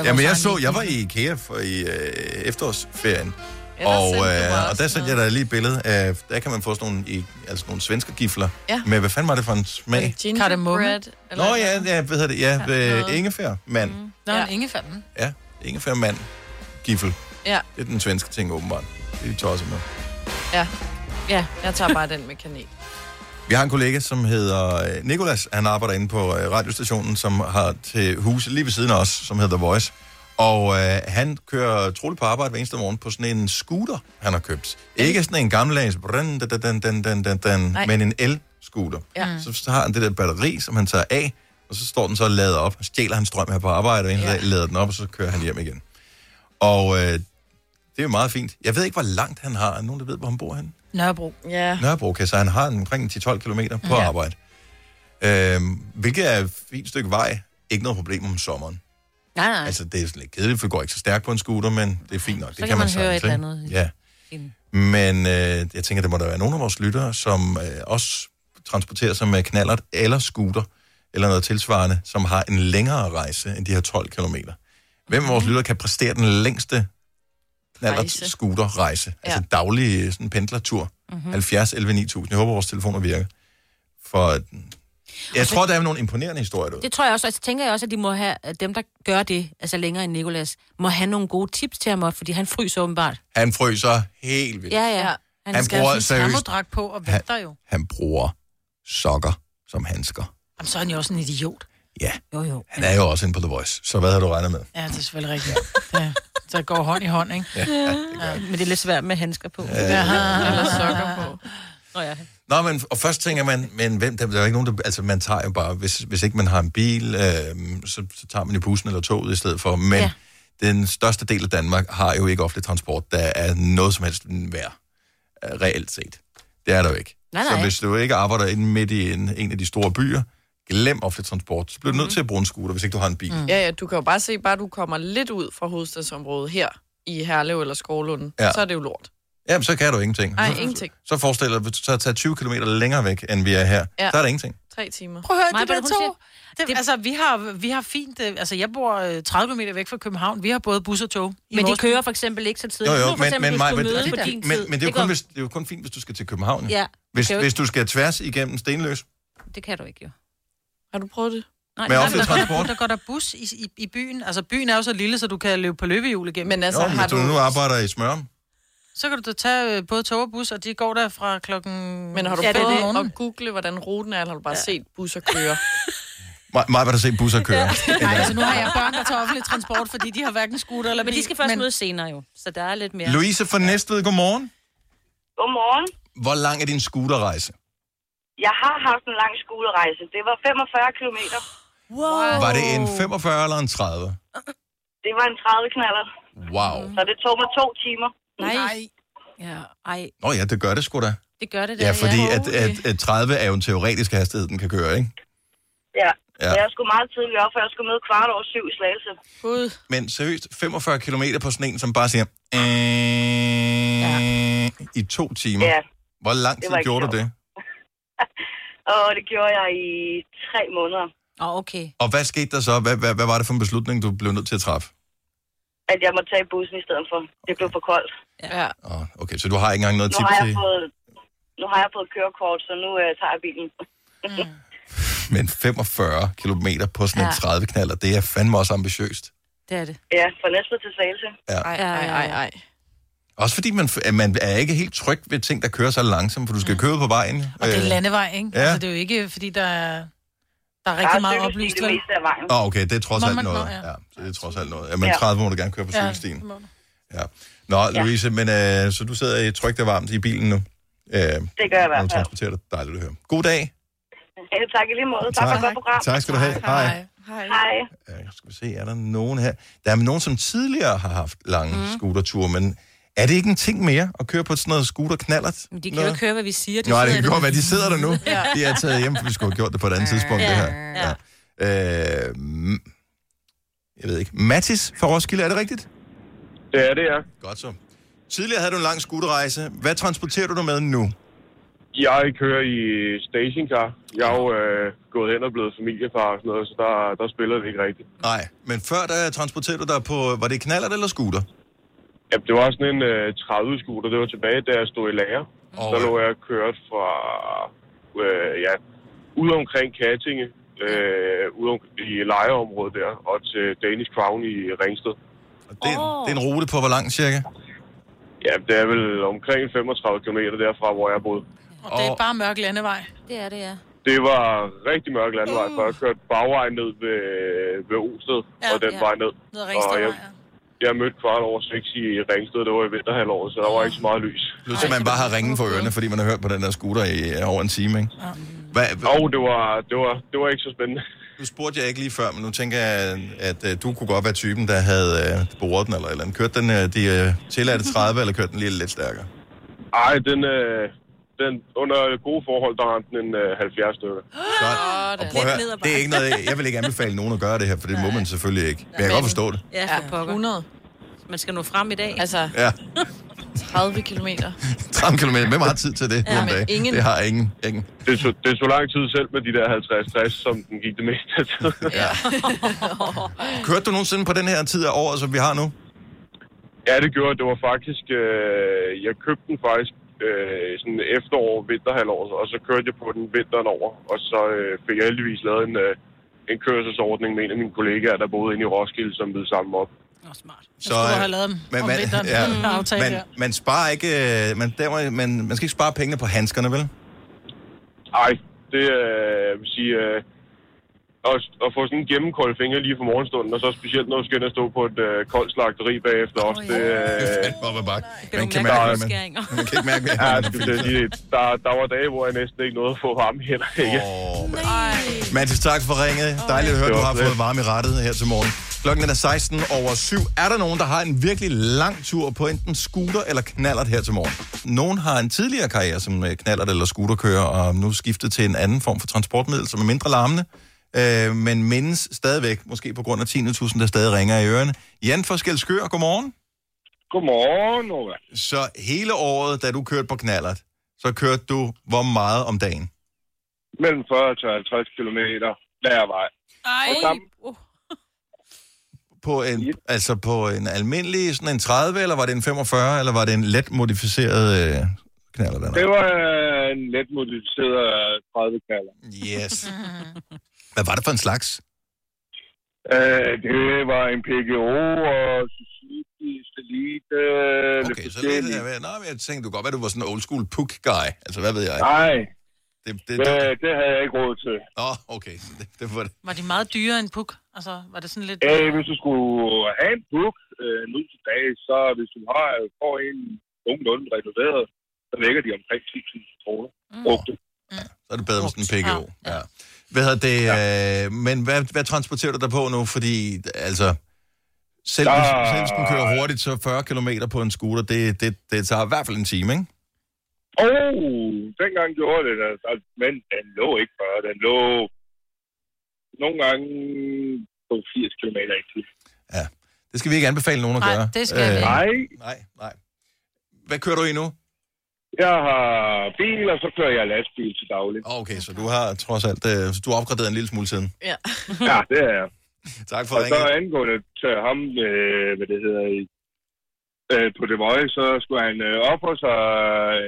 Uh, jamen, jeg så, jeg var i IKEA for i øh, efterårsferien,
Ellers
og,
sendte du mig
øh, og
også
der sendte jeg
noget.
da lige et billede af, der kan man få sådan nogle, i, altså nogle svenske gifler.
Ja.
Med, hvad fanden var det for en smag?
Gingerbread.
Nå ja, ja, hvad hedder det? Ja, øh, ingefær, mand. Mm.
Nå, ja. en ingefærden.
Ja,
Mm.
ingefær, mand, gifle.
Ja,
Det er den svenske ting, åbenbart. Det er de tosset med.
ja. Ja, jeg tager bare den med kanel.
Vi har en kollega, som hedder øh, Nikolas. Han arbejder inde på øh, radiostationen, som har til hus lige ved siden af os, som hedder The Voice. Og øh, han kører troligt på arbejde hver eneste morgen på sådan en scooter, han har købt. Ikke sådan en gammeldags, brrrn, da, da, dan, dan, dan, dan, dan,
Nej.
men en el-scooter.
Ja.
Så, så har han det der batteri, som han tager af, og så står den så og lader op. Så stjæler han strøm her på arbejde, og en dag lader den op, og så kører han hjem igen. Og øh, det er jo meget fint. Jeg ved ikke, hvor langt han har. Er der nogen, der ved, hvor han bor henne?
Nørrebro.
Ja.
Nørrebro, kan, så han har omkring 10-12 km på
Ja.
ja. arbejde. Øhm, hvilket er et fint stykke vej. Ikke noget problem om sommeren.
Nej, nej.
Altså, det er sådan lidt kedeligt, for det går ikke så stærkt på en scooter, men det er fint nok. det
kan man høre et
sagtens,
eller
ikke?
andet.
Ja. Men øh, jeg tænker, der må der være nogle af vores lyttere, som øh, også transporterer sig med knallert eller scooter, eller noget tilsvarende, som har en længere rejse end de her 12 km. Hvem af
Mhm.
vores lyttere kan præstere den længste knallert scooter rejse Altså
Ja.
daglig øh, sådan pendlertur.
Mhm.
Mm-hmm. 70 11 9000. Jeg håber, vores telefoner virker. For øh, jeg tror, der er nogle imponerende historier derude.
Det tror jeg også, og så tænker jeg også, at de må have, at dem, der gør det, altså længere end Nikolas, må have nogle gode tips til ham også, fordi han fryser åbenbart.
Han fryser helt vildt.
Ja, ja.
Han bruger seriøst-
termodragt på og venter jo.
Han bruger sokker som handsker.
Jamen, så er han jo også en idiot.
Ja.
Jo, jo.
Han er jo også inde på The Voice, så hvad har du regnet med?
Ja, det er selvfølgelig rigtigt. Ja. Så det går hånd i hånd, ikke?
Ja, ja, det
Ja, men det er lidt svært med handsker på.
Ja, ja.
Eller
sokker på.
Nå ja.
Nå, men og først tænker man, men hvem, der, der er jo ikke nogen, der, altså man tager jo bare, hvis, hvis ikke man har en bil, øh, så, så tager man jo bussen eller toget i stedet for, men ja. den største del af Danmark har jo ikke offentlig transport, der er noget som helst værd, øh, reelt set. Det er der jo ikke.
Nej, nej.
Så hvis du ikke arbejder inde midt i en, en af de store byer, glem offentlig transport, så bliver du
Mm.
nødt til at bruge en scooter, hvis ikke du har en bil.
Mm.
Mm.
Ja, ja, du kan jo bare se, bare du kommer lidt ud fra hovedstadsområdet her i Herlev eller Skovlund, ja.
Ja. Mhm.
så er det jo lort.
Jamen, så kan du ingenting.
Nej,
så,
ingenting.
Så forestil dig, hvis du så tager 20 km længere væk, end vi er her,
Ja.
ja. så er der ingenting.
Tre timer.
Prøv at høre,
Maja,
de der
hvad
to.
hun
Det, det, altså, vi har, vi har fint... øh, Altså, jeg bor øh, 30 km væk fra København. Vi har både bus og tog. i
Men de
vores by.
kører for eksempel ikke så
Jo,
tidligt.
jo,
Nu for
men,
eksempel,
men,
hvis
Maja,
du
men,
møder på
men,
din
men,
tid.
men det, er jo
går-
kun, hvis, det er jo kun fint, hvis du skal til København.
Ja.
Hvis,
Kan jo
hvis
ikke-
du skal tværs igennem Stenløs.
Det kan du ikke, jo.
Har du prøvet det?
Med offentlig
der,
transport?
der går der bus i, i, i byen. Altså, byen er jo så lille, så du kan løbe på løbehjul igennem. Men
Altså, jo, men hvis du nu arbejder i Smørum.
Så kan du da tage øh, både tog og bus, og de går der fra klokken...
Men har du
Ja, det er det.
prøvet at google, hvordan ruten er, eller har du bare ja. set busser køre?
Mig mig var der set busser køre.
Nej, altså nu har jeg børn, der tager offentlig transport, fordi de har hverken scooter eller
Men de skal først men... mødes senere jo, så der er lidt mere...
Louise fra Næstved, godmorgen.
Godmorgen.
Hvor lang er din scooterrejse?
Jeg har haft en lang skolerejse. Det var 45 km. Wow.
Var det en 45 eller en 30?
Det var en 30 knaller.
Wow.
Mm.
Så det tog mig to timer.
Nej. Ja, ej,
Nå ja, det gør det sgu da.
det gør det da.
Ja, fordi at, at, at 30 er jo en teoretisk hastighed, den kan køre, ikke?
Ja.
Ja.
ja. Jeg skulle meget tidligt op, for jeg skulle møde kvart over syv i Slagelse.
Gud.
Men seriøst, 45 km på sådan en, som bare siger... "Øh", I to timer.
Ja.
Hvor lang
Det
tid
var ikke
gjorde
sjovt.
du det?
Og det gjorde jeg i tre måneder,
Åh, oh, okay.
Og hvad skete der så? Hvad, hvad, hvad var det for en beslutning, du blev nødt til at træffe?
at jeg måtte tage bussen i stedet for. Det blev for koldt.
Ja.
Okay, så du har ikke engang noget
Nu
tip
har jeg
til...
fået, nu har jeg fået kørekort, så nu øh, tager jeg bilen. Mm.
Men 45 km på sådan en
Ja.
30 knaller, det er fandme også ambitiøst.
Det er det.
Ja, fra Næstved til Slagelse.
Ja.
Ej,
ej,
ej, ej.
Også fordi man, f- at man er ikke helt tryg ved ting, der kører så langsomt, for du skal køre på vejen.
Mm.
øh.
Og det er landevej, ikke? Ja.
ja.
Altså, det er jo ikke, fordi der er, der er rigtig
Der er
meget
cykelsti
oplyst.
det
vel?
meste af vejen.
Åh, Ah, okay, det er trods
Må
alt
man- nå,
noget.
ja.
Ja. så det er trods alt noget. Ja, men
Ja.
30 må du gerne køre på
Ja,
cykelstien. Ja. Nå, Louise, men øh, så du sidder i trygt og varmt i bilen nu? Øh,
Det
det
gør jeg i
Når du
hvert fald.
transporterer dig. Dejligt at høre. God dag.
Ja, tak i lige måde. Tak, tak. for et godt program.
Tak skal du have. Hej. Hej.
Hej. Hej.
Skal vi se, er der nogen her? Der er nogen, som tidligere har haft lange
Mhm.
mm. scooterture, men er det ikke en ting mere at køre på sådan noget scooter-knallert?
Men de kan jo
Noget?
ikke høre, hvad vi siger. De
Nå, det
sidder
kan
der.
godt være, de sidder der nu.
Ja.
De er taget hjem, for vi skulle have gjort det på et andet tidspunkt, det her. Ja. Øh, mm, jeg ved ikke. Mattis fra Roskilde, er det rigtigt?
Det er det, ja.
Godt så. Tidligere havde du en lang skuterejse. Hvad transporterer du dig med nu?
Jeg kører i stationcar. Jeg er jo øh, gået hen og blevet familiefar og sådan noget, så der, der spiller det ikke rigtigt.
Nej, men før der transporterede du dig på, var det knallert eller scooter?
Ja, det var sådan en øh, 30-scooter. Det var tilbage, da jeg stod i lærer. Oh, der lå jeg kørt fra, øh, ja, ude omkring Kattinge, øh, ude om, i lejeområdet der, og til Danish Crown i Ringsted.
Det, oh. det er en rute på hvor lang cirka?
Ja, det er vel omkring 35 km derfra, hvor jeg boede.
Og det er bare mørk landevej.
Det er det, ja.
Det var rigtig mørk landevej, for jeg kørte bagvejen ned ved, ved Osted, ja, og den ja. vej ned.
Ned ad
og
Ringsted
jeg, jeg mødte kvart over seks i Ringsted, det var i vinterhalvåret, så der var ikke så meget lys.
Lød som man bare har ringen for ørerne, fordi man har hørt på den der scooter i øh, over en time, ikke? Hvad,
Og det var, det var, det var ikke så spændende.
Nu spurgte jeg ikke lige før, men nu tænker jeg, at øh, du kunne godt være typen, der havde øh, boret den eller et eller andet. Kørt den øh, de øh, tilladte 30, eller kørt den lige lidt stærkere?
Ej, den, øh, den, under gode forhold, der ramte den en øh, 70 stykker.
Og prøv at høre, det er ikke noget, jeg vil ikke anbefale nogen at gøre det her, for det må man selvfølgelig ikke. Men jeg kan godt forstå det.
Ja, for pokker. 100. Man skal nå frem i dag.
Altså,
Ja,
30 kilometer.
30 km. Hvem har tid til det?
Ja,
nu om
men
dagen?
ingen.
Det har ingen. ingen.
Det tog, det tog lang tid selv med de der 50-60, som den gik det meste af tiden.
Ja. Kørte du nogensinde på den her tid af året, som vi har nu?
ja, det gjorde jeg. det. var faktisk... Øh, jeg købte den faktisk øh, sådan efterår, vinterhalvår, og så kørte jeg på den vinteren over. Og så øh, fik jeg heldigvis lavet en, øh, en kørselsordning med en af mine kollegaer, der boede inde i Roskilde, som blev sammen op.
Så,
skulle
øh,
have lavet dem om vinteren. Mm. Aftale
man,
der.
man sparer ikke, øh, man, der, hvor- man, man skal ikke spare pengene på handskerne, vel?
Ej, det øh, jeg vil sige... Øh, at, at få sådan en gennemkold finger lige for morgenstunden, og så specielt når du skal ind og stå på et øh, koldt slagteri bagefter også. Det, øh,
Op ad bakke. Man
kan mærke udskæringer.
man kan ikke mærke mere.
Ja, jeg skulle til at sige, der, der var dage, hvor jeg næsten ikke nåede at få varme heller ikke.
Oh, Mathis, tak for ringet. Dejligt at høre, at
Det
du
var
har
fedt.
fået varme i rettet her til morgen. Klokken er 16 over 7. Er der nogen, der har en virkelig lang tur på enten scooter eller knallert her til morgen? Nogen har en tidligere karriere som øh, knallert eller scooterkører, og nu skiftet til en anden form for transportmiddel, som er mindre larmende, øh, men mindes stadigvæk, måske på grund af 10.000, der stadig ringer i ørerne. Jan fra Skelskør, godmorgen.
Godmorgen, Nova.
Så hele året, da du kørte på knallert, så kørte du hvor meget om dagen?
Mellem 40 til 50 km hver vej.
Ej.
på en, altså på en almindelig, sådan en 30, eller var det en 45, eller var det en let modificeret øh, knaller der?
Det var øh, en let modificeret øh, 30 kalder.
Yes. Hvad var det for en slags?
Øh, det var en PGO og Suzuki Selite. øh,
Okay, så det er, jeg, nej, men jeg tænkte du godt, at du var sådan en old school puk guy. Altså, hvad ved jeg?
Nej,
det,
det,
det,
det,
det,
det havde jeg ikke råd til.
Nå, okay. Så det, det var det.
Var de meget dyrere end puk? Altså, var det sådan lidt...
Øh, hvis du skulle have en book øh, nu til dag, så hvis du har, øh, får en nogenlunde renoveret, så vækker de omkring 10.000 kroner. Mm. Brugte.
Så er det bedre med sådan en PGO. Ja. Hvad hedder det? Ja. Øh, men hvad, hvad transporterer du dig på nu? Fordi, altså, selv, hvis,
Der-
selv hvis den kører hurtigt, så 40 km på en scooter, det, det, det tager i hvert fald en time, ikke?
Åh, oh, dengang gjorde det, altså, altså, men den lå ikke før. Den lå nogle gange på 80 km i timen.
Det skal vi ikke anbefale nogen at
Nej,
gøre. Øh,
det skal vi ikke. Nej.
Nej, nej. Hvad kører du i nu?
Jeg har bil, og så kører jeg lastbil til daglig.
Okay, så du har trods alt, øh, du har opgraderet en lille smule siden.
Ja.
Ja, det er jeg.
Tak for
og så
ringet.
angående til ham, øh, hvad det hedder, i- øh, på det vøje, så skulle han øh, opføre sig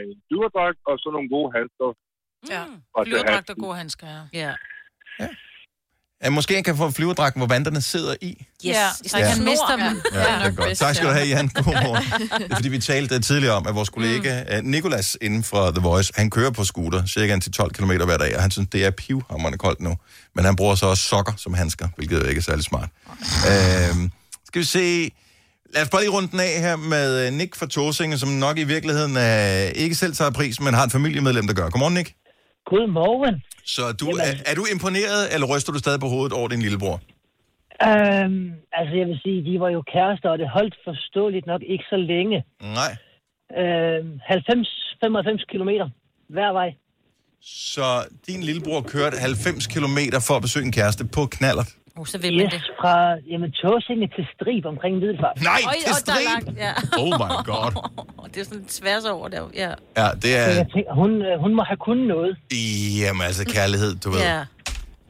en dyredragt og så nogle gode handsker.
Ja.
Mm.
Og det
Flyverdragt og
handsker.
gode handsker, ja. Ja.
Ja, måske jeg kan få en flyverdragt, hvor vanderne sidder i.
Ja, så jeg kan miste dem.
Ja, det er godt. Tak skal du have, Jan. Godmorgen. Det er, fordi vi talte tidligere om, at vores kollega mm. Nikolas inden for The Voice, han kører på scooter cirka 10-12 km hver dag, og han synes, det er pivhammerende koldt nu. Men han bruger så også sokker som handsker, hvilket jo ikke er særlig smart. Øhm, skal vi se... Lad os bare lige runde den af her med øh, Nick fra Torsinge, som nok i virkeligheden øh, ikke selv tager pris, men har et familiemedlem, der gør. Godmorgen, Nick.
Godmorgen.
Så du, er, er du imponeret, eller ryster du stadig på hovedet over din lillebror?
Øhm, altså, jeg vil sige, de var jo kærester, og det holdt forståeligt nok ikke så længe.
Nej.
Øhm, 90-95 kilometer hver vej.
Så din lillebror kørte 90 km for at besøge en kæreste på knallert.
Uh, så vil man det.
fra jamen, togsinge til strib omkring Middelfart.
Nej,
Øj,
til
åh, der er
Strib.
langt, ja.
Oh my god.
det er sådan tværs over der. Ja.
Ja, det
Men
er...
jeg tænker, hun, øh, hun må have kunnet noget.
Jamen, altså kærlighed, du ved.
Ja.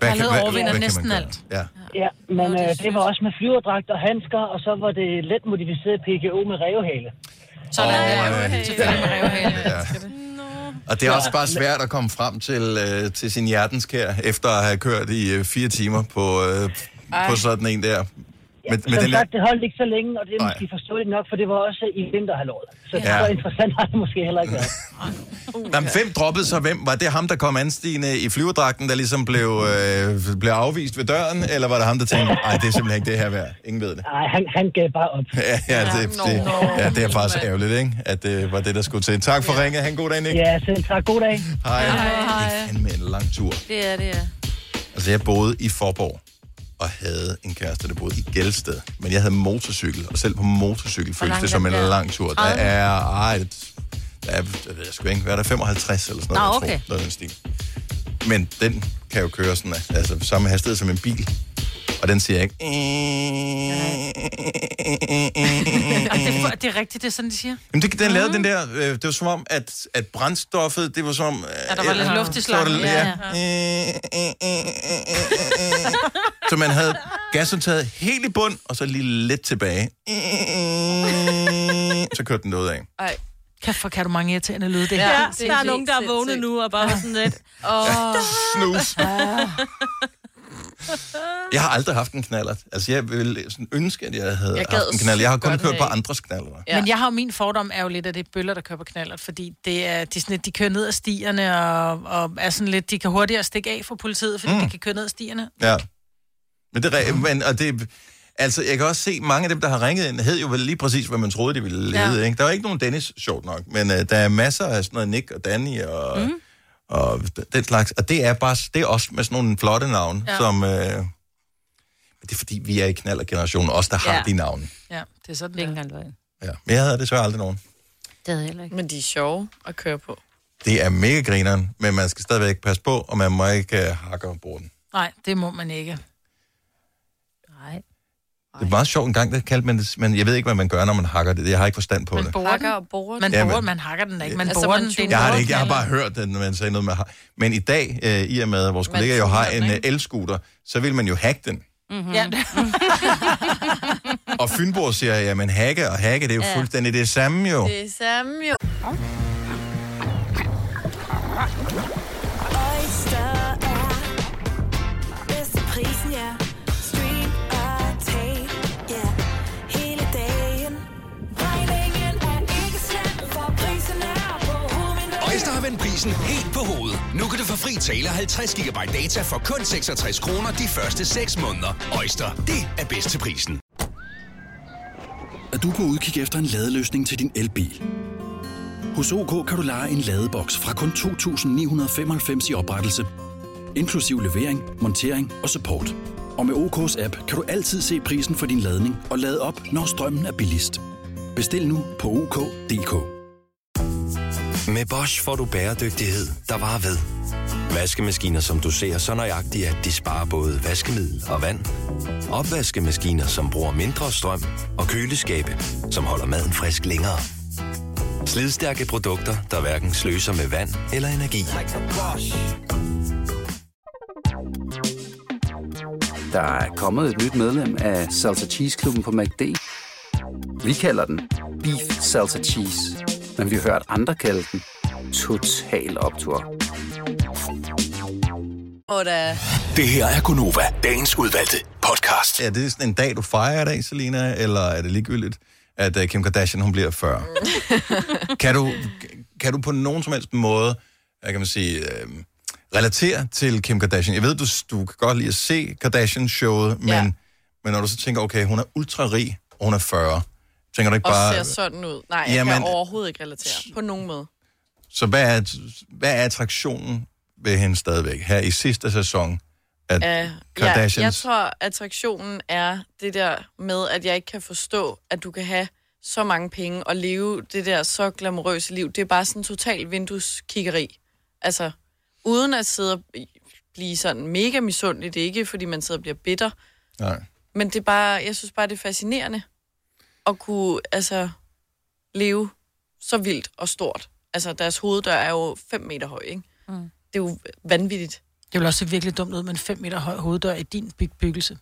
Kærlighed overvinder
kan man
næsten
gøre?
alt.
Ja.
Ja, men øh, det var også med flyverdragt og handsker, og så var det let modificeret PGO med rævehale.
Sådan Og, der, øh, øh, selvfølgelig med rævehale. Og det er også bare svært at komme frem til, øh, til sin hjertenskær, efter at have kørt i øh, fire timer på, øh,
Ej.
på sådan en der. Med,
Som
med den der.
sagt, det holdt ikke så længe, og det er
Nej.
måske forståeligt nok, for det var også i vinterhalvåret. Så,
Ja.
ja. så interessant har det måske heller ikke været.
Nå, men hvem droppede så hvem? Var det ham, der kom anstigende i flyverdragten, der ligesom blev, øh, blev afvist ved døren? Eller var det ham, der tænkte, nej, det er simpelthen ikke det her værd. Ingen ved det.
Nej, han, han gav bare op.
Ja, ja, det, det, ja, det er faktisk ærgerligt, ikke? At det var det, der skulle til. Tak for ringet. Ha' en god dag, Nick.
Ja, selv tak. God dag.
Hej.
Hej.
Det er fandme en lang tur.
Det er det, ja.
Altså, jeg boede i Forborg og havde en kæreste, der boede i Gældsted. Men jeg havde motorcykel, og selv på motorcykel føltes
langt
det som
er
en
den der?
lang tur. Der
30?
er, ej, det- der er, jeg ved jeg sgu ikke, hvad er der, 55 eller sådan noget,
Nå,
jeg tror.
okay.
noget i den stil. Men den kan jo køre sådan, altså samme hastighed som en bil. Og den siger ikke... "Eh."
Og Altså, det, er for- det er rigtigt, det er sådan, de siger.
Jamen, det, den lavede den der, øh, det var som om, at, at brændstoffet, det var som om... Øh,
Ja, der var lidt luft i
så var
slangen.
det- Ja, Så man havde gasundtaget helt i bund, og så lige lidt tilbage. Øh. Så kørte den noget af.
Ej.
Kæft, hvor kan du mange irriterende lyde, det
Ja,
her.
ja det der er nogen, der er vågnet nu og bare var sådan lidt... Åh,
Snus. Jeg har aldrig haft en knallert. Altså, jeg ville sådan ønske, at jeg havde
Jeg
jeg
gad
haft en knallert. Jeg har kun
godt
kørt på
have.
andres knallert.
Ja. Men jeg har jo min fordom er jo lidt, at det er bøller, der kører på knallert, fordi det er, de, er sådan, lidt- de kører ned ad stierne og, og er sådan lidt, de kan hurtigere stikke af fra politiet, fordi mm. de kan køre ned ad stierne.
Ja. Men det, er re- men, og det, altså, jeg kan også se, mange af dem, der har ringet ind, hed jo vel lige præcis, hvad man troede, de ville
Ja.
ja. hedde. Ikke? Der er ikke nogen Dennis, sjovt nok, men øh, der er masser af sådan noget Nick og Danny og,
Mhm.
mm. og den slags. Og det er, bare, det er også med sådan nogle flotte navne,
Ja.
ja. som... Øh, men det er fordi, vi er i knaldergenerationen, os der har
Ja.
ja. de navne.
Ja, det er sådan, det er ikke engang løgn.
Ja. Men jeg havde desværre aldrig nogen.
det havde jeg heller ikke.
Men de er sjove at køre på.
Det er mega grineren, men man skal stadigvæk passe på, og man må ikke øh, hakke om borden.
Nej, det må man ikke.
Nej.
Det er meget sjovt en gang, der kaldte man det, men jeg ved ikke, hvad man gør, når man hakker det. Jeg har ikke forstand på det.
Hakker og borer.
Man,
Ja,
borer,
men-
man hakker den da ikke, man
Altså,
altså, borer
man
den. Det er en
Jeg har det
borer-
ikke. Jeg har bare hørt den, når man sagde noget med... ha- Men i dag, øh, i og med at vores
Man
kollega jo har
tuner
en
den,
øh,
ikke?
elskuter, så vil man jo hacke den.
Mm-hmm. Ja.
Og Fynborg siger, ja, men hacke og hacke, det er jo
Ja.
fuldstændig det samme jo.
Det er samme jo.
Oyster er bedst til prisen, ja. Stream og tag, ja. Hele dagen. Regningen er ikke slem, for prisen er på hovedet.
Øjster har vendt prisen helt på hovedet. Nu kan du få fri tale 50 GB data for kun 66 kroner de første 6 måneder. Øjster, det er bedst til prisen.
Er du på udkig efter en ladeløsning til din elbil? Hos OK kan du lege en ladeboks fra kun 2.995 i oprettelse, inklusiv levering, montering og support. Og med OK's app kan du altid se prisen for din ladning og lade op, når strømmen er billigst. Bestil nu på OK.dk.
Med Bosch får du bæredygtighed, der varer ved. Vaskemaskiner, som du ser så nøjagtigt, at de sparer både vaskemiddel og vand. Opvaskemaskiner, som bruger mindre strøm. Og køleskabe, som holder maden frisk længere. Slidstærke produkter, der hverken sløser med vand eller energi.
Der er kommet et nyt medlem af Salsa Cheese Klubben på MACD. Vi kalder den Beef Salsa Cheese, men vi har hørt andre kalde den Total Optor.
Og da...
Det her er Gunova, dagens udvalgte podcast. Ja, det er sådan en dag, du fejrer i dag, Selina, eller er det ligegyldigt, at øh, Kim Kardashian, hun bliver 40? kan, du, kan du på nogen som helst måde, hvad kan man sige, øh, relatere til Kim Kardashian? Jeg ved, du, du kan godt lide at se Kardashian-showet, men, ja. men når du så tænker, okay, hun er ultra rig, og hun er 40, tænker du ikke
Og
bare...
ser sådan ud. Nej, jeg
Jamen-
kan overhovedet ikke relatere. På nogen måde.
Så hvad er, hvad er attraktionen ved hende stadigvæk her i sidste sæson? At
Øh,
uh,
Ja, jeg
Kardashians...
tror, attraktionen er det der med, at jeg ikke kan forstå, at du kan have så mange penge og leve det der så glamourøse liv. Det er bare sådan total vindueskiggeri. Altså, uden at sidde og blive sådan mega misundelig. Det er ikke, fordi man sidder og bliver bitter,
Nej.
Men det er bare, jeg synes bare, det er fascinerende at kunne altså, leve så vildt og stort. Altså, deres hoveddør er jo 5 meter høj, ikke?
Mm.
Det er jo vanvittigt.
Det vil også se virkelig dumt ud med en 5 meter høj hoveddør i din byg- byggelse.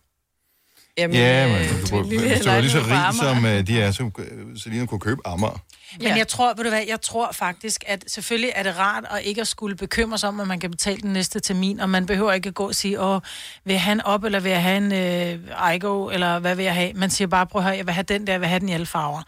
Jamen,
Ja,
øh,
men du, du,
lille
hvis du var lige så
lejlighed på
rig, som øh, de er, så øh, Selina kunne købe Amager.
Men jeg tror, ved du hvad, jeg tror faktisk, at selvfølgelig er det rart at ikke at skulle bekymre sig om, at man kan betale den næste termin, og man behøver ikke at gå og sige, åh, vil jeg have en op, eller vil jeg have en øh, Igo, eller hvad vil jeg have? Man siger bare, prøv at høre, jeg vil have den der, jeg vil have den i alle farver.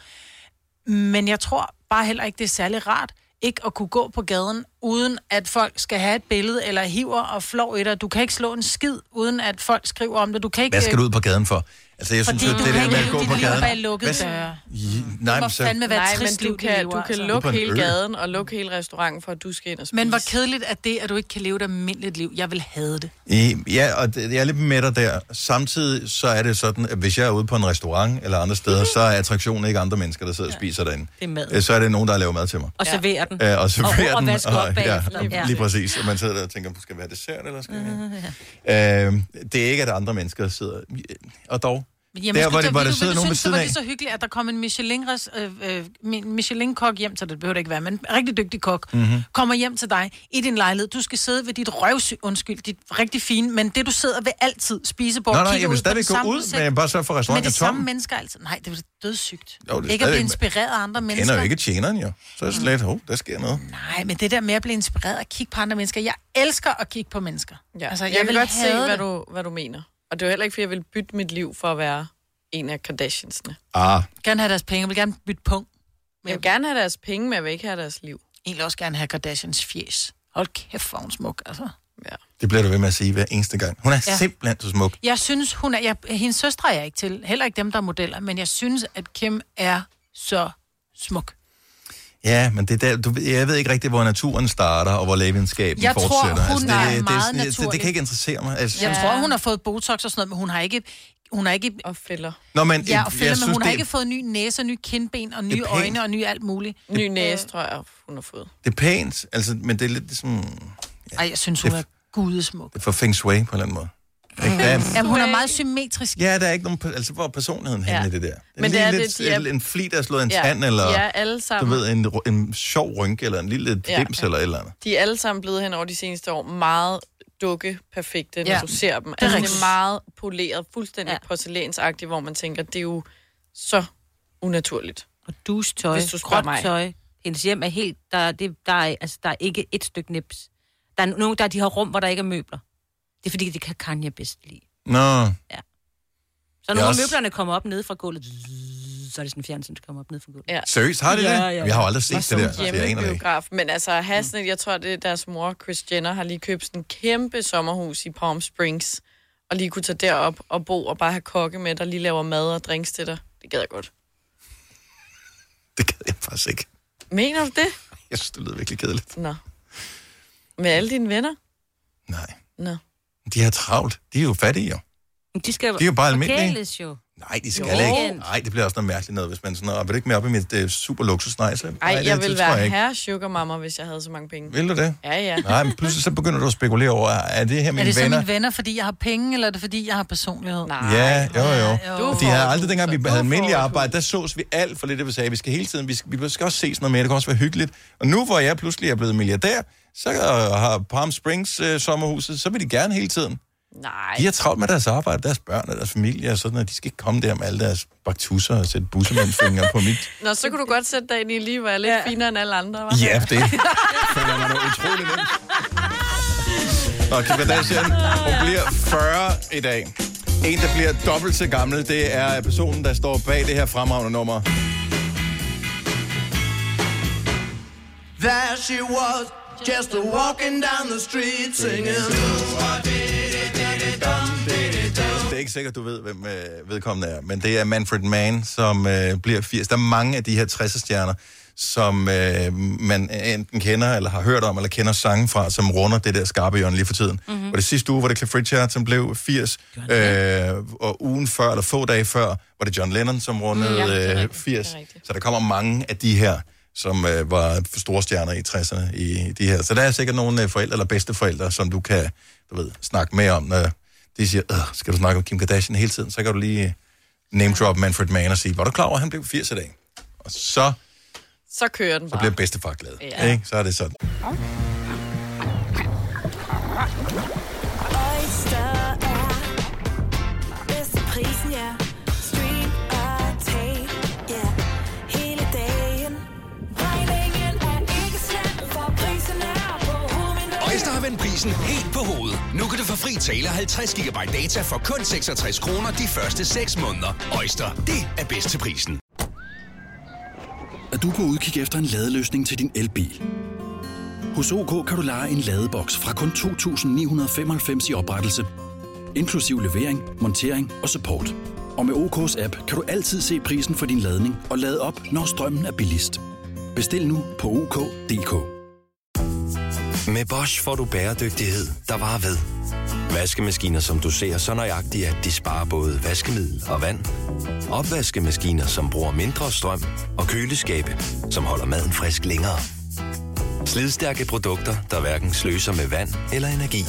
Men jeg tror bare heller ikke, det er særlig rart, ikke at kunne gå på gaden, uden at folk skal have et billede, eller hiver og flår i dig. Du kan ikke slå en skid, uden at folk skriver om det. Du kan ikke... øh,
Hvad skal du ud på gaden for? Altså, jeg
Fordi
synes, jo,
du
det
kan
der med
ikke
at gå
leve
på
dit liv
gaden...
bag lukkede
Hvad-
døre.
I- Nej, men så...
fandme være
Nej,
trist
men du
liv, de
kan,
lever,
du kan
altså.
lukke
På en ø.
hele gaden og lukke hele restauranten, for at du skal ind og spise.
Men hvor kedeligt er det, at du ikke kan leve et almindeligt liv. Jeg vil have det.
I, ja, og det, jeg er lidt med dig der. Samtidig så er det sådan, at hvis jeg er ude på en restaurant eller andre steder, så er attraktionen ikke andre mennesker, der sidder og spiser derinde.
Det er mad.
Øh, Så er det nogen, der laver mad til mig.
Og serverer den.
Øh, og serverer
og,
den.
Og vasker op bagefter.
ja, lige præcis. Og man sidder der og tænker, skal det være dessert, eller skal jeg... Øh, det er ikke, at andre mennesker sidder... Og dog,
Jamen, skulle
der, hvor,
du-
det, hvor
ville
der
du-
sidder
ville du
nogen ved
synes, det
siden
var
af...
lige så hyggeligt, at der kom en Michelin, øh, øh, Michelin-kok hjem til dig. Det behøver det ikke være, men en rigtig dygtig kok.
Mhm.
Mm-hmm.
Kommer hjem til dig i din lejlighed. Du skal sidde ved dit røvsy, undskyld, dit rigtig fine, men det du sidder ved altid, spisebord,
Nej, nej,
kigger
jeg vil
ud på den
stadigvæk gå
samme
ud,
udsigt.
men jeg vil bare sørge for, at
Med
restauranten
de
er
samme
tom.
mennesker altid. Nej, det er dødssygt.
Jo, det er
ikke at blive
stadigvæk-
inspireret af andre mennesker. Mm.
Kender jo ikke tjeneren, jo. Så er det slet, hov, der sker noget.
Nej, men det der med at blive inspireret og kigge på andre mennesker. Jeg elsker at kigge på mennesker.
Ja. Altså, jeg, jeg kan
vil
godt se,
have
hvad
det.
du, hvad du mener. Og det er jo heller ikke, fordi jeg vil bytte mit liv for at være en af Kardashiansene.
Ah,
gerne have deres penge. Jeg vil gerne bytte punkt.
Men jeg vil gerne have deres penge, men jeg vil ikke have deres liv.
Egentlig også gerne have Kardashians fjes. Hold kæft, hvor er hun smuk, altså.
det bliver du ved med at sige hver eneste gang. Hun er
Ja.
simpelthen så smuk.
Jeg synes, hun er... Jeg, hendes søstre er jeg ikke til. Heller ikke dem, der er modeller. Men jeg synes, at Kim er så smuk.
Ja, men det der, du, ved- jeg ved ikke rigtig, hvor naturen starter, og hvor lægevidenskaben
Jeg tror,
fortsætter. Altså,
hun er
det, det,
meget
sådan- det, det, det kan
naturlig.
ikke interessere mig.
Altså, jeg tror, hun har fået Botox og sådan noget, men hun har ikke... Hun har ikke...
Og fælder.
Nå, men,
Ja, og fælder, men
synes,
hun har
det,
ikke fået ny næse, og ny kindben, og nye
pænt.
øjne, og nye alt muligt. Øh,
Ny næse, tror jeg, hun har fået.
Det er pænt, altså, men det er lidt ligesom...
Ej, jeg synes, hun
det,
er gudesmuk.
Det er for feng shui på en eller anden måde. Ikke? Der er-
Jamen, hun er meget symmetrisk.
Ja, der er ikke nogen... pe- Altså, hvor er personligheden ja.
Ja.
i det der? Det er
Men det
lige
er
lidt,
det, de er-
en- en fli, der er slået en
Ja,
tand, eller...
de er alle sammen-
Du ved, en, ru- en sjov rynke, eller en lille
Ja.
dims, eller et eller andet.
De er alle sammen blevet hen over de seneste år meget dukke perfekte, når
Ja.
du ser dem.
Det er
Altså, det
rigtigt.
er meget poleret, fuldstændig ja. porcelænsagtigt, hvor man tænker, det er jo så unaturligt.
Og dustøj,
Hvis du spørger mig.
tøj. Hendes hjem er helt... Der, er- det, der, er, altså, der er ikke et stykke nips. Der er nogle, der de har rum, hvor der ikke er møbler. Det er fordi, det kan Kanye bedst lide. Så
Nå, Jeg
når
er
yes.
også-
møblerne kommer op nede fra gulvet, zzz, så er det sådan en fjernsyn, der kommer op nede fra gulvet.
Ja.
Seriøst, har de det?
Ja, ja,
Jeg har jo aldrig
ja.
set det der, så jeg aner det ikke.
Biograf. Men altså, at have sådan et, jeg tror, det er deres mor, Chris Jenner, har lige købt sådan en kæmpe sommerhus i Palm Springs, og lige kunne tage derop og bo og bare have kokke med, der lige laver mad og drinks til dig. Det gad jeg godt.
Det gad jeg faktisk ikke.
Mener du det?
Jeg synes, det lyder virkelig kedeligt.
Nå. Med alle dine venner?
Nej.
Nå.
De har travlt. De er jo fattige, jo.
De, skal
De er jo bare almindelige.
forkæles jo.
Nej, de skal
Jo.
ikke. Nej, det bliver også noget mærkeligt noget, hvis man sådan, "Åh, vil du ikke med op i mit øh, super luksus? Nej, så,
Ej,
det-
jeg
det
ville
tror
være
jeg
jeg
ikke."
herre sugar mama, hvis jeg havde så mange penge.
Vil du det?
Ja, ja.
Nej, men pludselig så begynder du at spekulere over, er det her
er
mine
det så
venner?
mine venner, fordi jeg har penge, eller er det fordi, jeg har personlighed?
Nej.
Ja, jo, jo.
jo.
jo. De havde aldrig, dengang vi havde almindelig arbejde, der sås vi alt for lidt, at vi sagde, vi skal hele tiden, vi skal, vi skal også ses noget mere, det kan også være hyggeligt. Og nu, hvor jeg pludselig er blevet milliardær, så øh, har Palm Springs øh, sommerhuset, så vil de gerne hele tiden.
Nej.
De har travlt med deres arbejde, deres børn og deres familie og sådan, og de skal ikke komme der med alle deres baktusser og sætte bussemandfingre på mit.
Nå, så kunne du godt sætte dig ind i lige, hvor jeg er lidt ja. finere end alle andre, var?
Ja, det føler man er utrolig nemt. Nå, Kim Kardashian, hun bliver 40 i dag. En, der bliver dobbelt så gammel, det er personen, der står bag det her fremragende nummer.
There she was, just a walking down the street singing.
Det er ikke sikkert, du ved, hvem øh, vedkommende er, men det er Manfred Mann, som øh, bliver 80. Der er mange af de her 60'er-stjerner, som øh, man enten kender, eller har hørt om, eller kender sange fra, som runder det der skarpe hjørne lige for tiden.
Mhm.
Mm-hmm. Og det sidste uge var det Cliff Richard, som blev 80, øh, og ugen før, eller få dage før, var det John Lennon, som rundede
Mm, ja, det er
mm, øh,
rigtigt,
80. Så der kommer mange af de her, som øh, var store stjerner i 60'erne i de her. Så der er sikkert nogle øh, forældre eller bedsteforældre, som du kan du ved, snakke med om, når de siger, "Øh, skal du snakke om Kim Kardashian hele tiden, så kan du lige øh, name drop Manfred Mann og sige, var du klar over, at han blev 80 i dag? Og så,
Så kører den
så
bare.
bliver bedstefar glad.
Ja.
Ikke? Så er det sådan.
Oyster er bedst til prisen, ja. Stream og tag, ja. Hele dagen. Regningen er ikke slem, for prisen er på hovedet.
Øjster har vendt prisen helt på hovedet. Nu kan du få fri tale 50 GB data for kun 66 kroner de første 6 måneder. Øjster, det er bedst til prisen.
Er du på udkig efter en ladeløsning til din elbil? Hos OK kan du lege en ladeboks fra kun 2.995 i oprettelse, inklusiv levering, montering og support. Og med OK's app kan du altid se prisen for din ladning og lade op, når strømmen er billigst. Bestil nu på OK.dk.
Med Bosch får du bæredygtighed, der varer ved. Vaskemaskiner, som du ser så nøjagtigt, at de sparer både vaskemiddel og vand. Opvaskemaskiner, som bruger mindre strøm. Og køleskabe, som holder maden frisk længere. Slidstærke produkter, der hverken sløser med vand eller energi.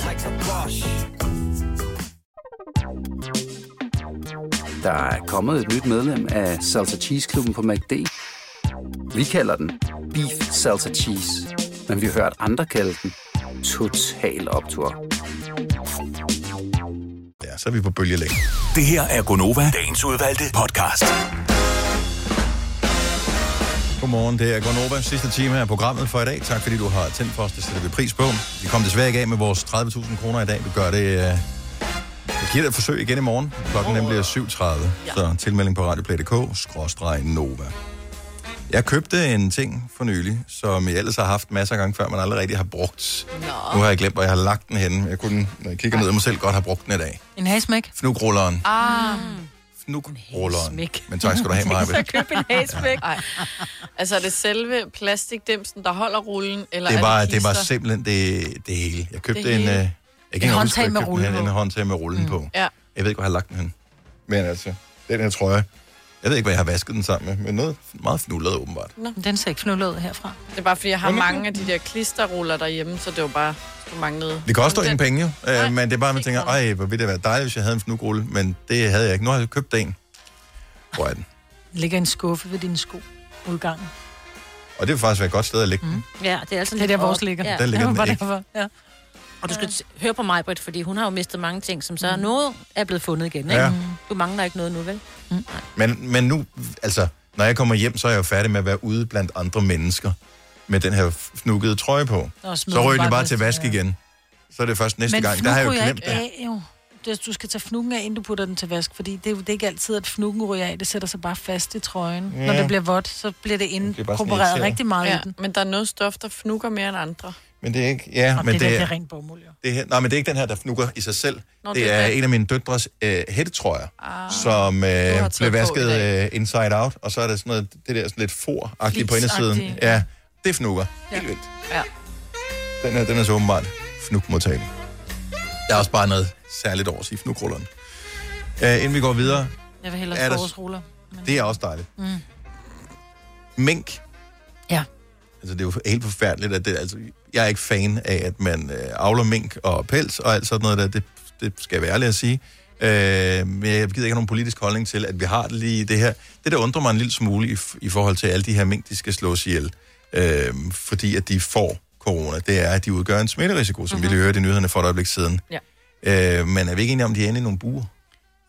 Der er kommet et nyt medlem af Salsa Cheese Klubben på MACD. Vi kalder den Beef Salsa Cheese, men vi har hørt andre kalde den Total Optor.
Ja, så er vi på bølgelængde.
Det her er Gonova, dagens udvalgte podcast.
Godmorgen, det er Gonova, sidste time af programmet for i dag. Tak fordi du har tændt for os, det sætter vi pris på. Vi kom desværre ikke af med vores 30.000 kroner i dag. Vi gør det... Øh... Vi giver det et forsøg igen i morgen. Klokken nemlig er 7.30. Så tilmelding på radioplay.dk, skråstreg Nova. Jeg købte en ting for nylig, som jeg ellers har haft masser af gange før, man aldrig rigtig har brugt. Nå. Nu har jeg glemt, hvor jeg har lagt den henne. Jeg kunne, når jeg kigger ned i mig selv, godt have brugt den i dag.
En hasmæk?
Fnugrulleren.
Ah.
Fnugrulleren. Men tak skal du have, Maja.
Så køb en hæsbæk. Altså, er det selve plastikdimsen, der holder rullen, eller
det var,
er
det var
kister?
simpelthen det, det hele. Jeg købte
Det hele.
en... Øh, jeg
En
kan ikke
håndtag
håndtag
med
med
rulle
rullen på. En håndtag med rullen mm. på.
Ja.
Jeg ved ikke, hvor jeg har lagt den hen. Men altså, den her trøje. Jeg ved ikke, hvad jeg har vasket den sammen med, men noget meget fnullet åbenbart.
Nå.
Den ser ikke fnullet ud herfra.
Det er bare, fordi jeg har
Jamen,
mange af de der klisterruller derhjemme, så det var bare, du manglede...
Det koster ingen penge, jo. Øh, men det er bare, man tænker, ej, hvor ville det være dejligt, hvis jeg havde en fnugrulle, men det havde jeg ikke. Nu har jeg købt en. Hvor er den?
Ligger i en skuffe ved din sko udgangen.
Og det vil faktisk være et godt sted at lægge mm. den.
Ja, det er altså
Det er
lidt
der, vores
op.
ligger.
Ja.
Der ligger
det
den
var
ikke.
derfor.
Ja.
Og du skal t- høre på mig, Britt, fordi hun har jo mistet mange ting, som så mm. noget er blevet fundet igen. Ikke?
Ja.
Ja. Du mangler ikke noget nu, vel?
Men, men nu, altså, når jeg kommer hjem, så er jeg jo færdig med at være ude blandt andre mennesker med den her fnukkede trøje på.
Og smid
Så
den
ryger
bare
den bare
væk,
til vask igen. Så er det først næste
Men
gang.
fnug
Der har jeg jo
ryger
glemt
ikke
det.
Af, jo. Det er, Du skal tage fnukken af, inden du putter den til vask, fordi det, er jo- det er ikke altid, at fnukken ryger af. Det sætter sig bare fast i trøjen.
Ja.
Når det bliver vådt, så bliver det
bliver bare sådan
inkorporeret
irriterende.
rigtig meget ja. i
Ja,
den.
men der er noget stof, der fnukker mere end andre.
Men det er ikke... Ja,
Og
men
det, der,
det,
det
er,
er rent bomuld, jo.
det her, nej, men det er ikke den her, der fnukker i sig selv.
Nå,
det,
det er
er
den.
en af mine døtres øh, hættetrøjer, ah, som øh, blev
taget på i
vasket
dag.
øh, inside out, og så er der sådan noget, det der sådan lidt for-agtigt på
Flis-agtigt.
indersiden. Ja, det fnukker.
Ja.
Helt vildt.
Ja.
Den her, den er så åbenbart fnugmodtagelig. Der er også bare noget særligt over at sige fnugrulleren. Øh, inden vi går videre,
Jeg vil
Er
hellere
der-
forårsruller.
det er også dejligt.
Mm.
Mink.
Ja.
Altså, det er jo helt forfærdeligt, at det, altså, jeg er ikke fan af, at man øh, avler mink og pels og alt sådan noget der. Det, det skal jeg være ærlig at sige. Øh, men jeg gider ikke have nogen politisk holdning til, at vi har det lige i det her. Det, der undrer mig en lille smule i, f- i forhold til alle de her mink, de skal slås ihjel, øh, fordi at de får corona, det er, at de udgør en smitterisiko, som mm-hmm. vi lige hørte i nyhederne for et øjeblik siden.
Mhm. Ja.
Øh, men er vi ikke enige om, at de er inde i nogle buer?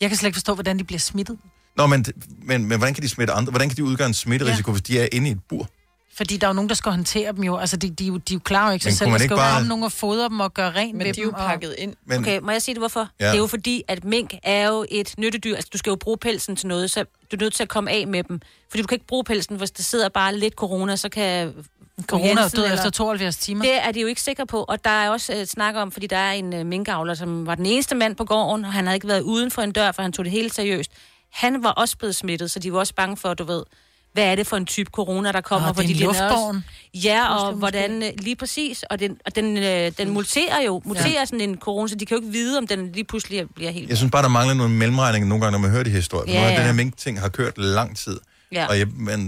Jeg kan slet ikke forstå, hvordan de bliver smittet.
Nå, men, men, men hvordan kan de smitte andre? Hvordan kan de udgøre en smitterisiko, ja. hvis de er inde i et bur?
Fordi der er jo nogen, der skal håndtere dem jo. Altså, de, de, er jo- de er jo klar jo ikke
Men
sig selv.
kunne man
Der skal
ikke
jo
bare-
være om nogen at fodre dem og gøre rent
Men
ved
de er
dem.
jo pakket
ind.
Men...
Men-
Okay, må jeg sige det, hvorfor?
Ja.
Ja. Det er jo fordi, at mink er jo et nyttedyr. Altså, du skal jo bruge pelsen til noget, så du er nødt til at komme af med dem. Fordi du kan ikke bruge pelsen, hvis der sidder bare lidt corona, så kan...
Corona er jo
Jensen
død efter 72 timer.
Det er de jo ikke sikre på, og der er også uh, snak om, fordi der er en uh, minkavler, som var den eneste mand på gården, og han havde ikke været uden for en dør, for han tog det helt seriøst. Han var også blevet smittet, så de var også bange for, du ved, hvad er det for en type corona, der kommer?
Nå, Ah, det er
fordi
en
den også-
luftbåren.
Mm. Ja, og
Måske,
hvordan, øh, lige præcis, og den, og den, øh, den muterer jo, muterer ja. sådan en corona, så de kan jo ikke vide, om den lige pludselig bliver helt...
Jeg synes bare, der mangler nogle mellemregninger nogle gange, når man hører de historier.
Ja,
Yeah.
ja.
Den her mink-ting har kørt lang tid.
Ja.
Og jeg, man,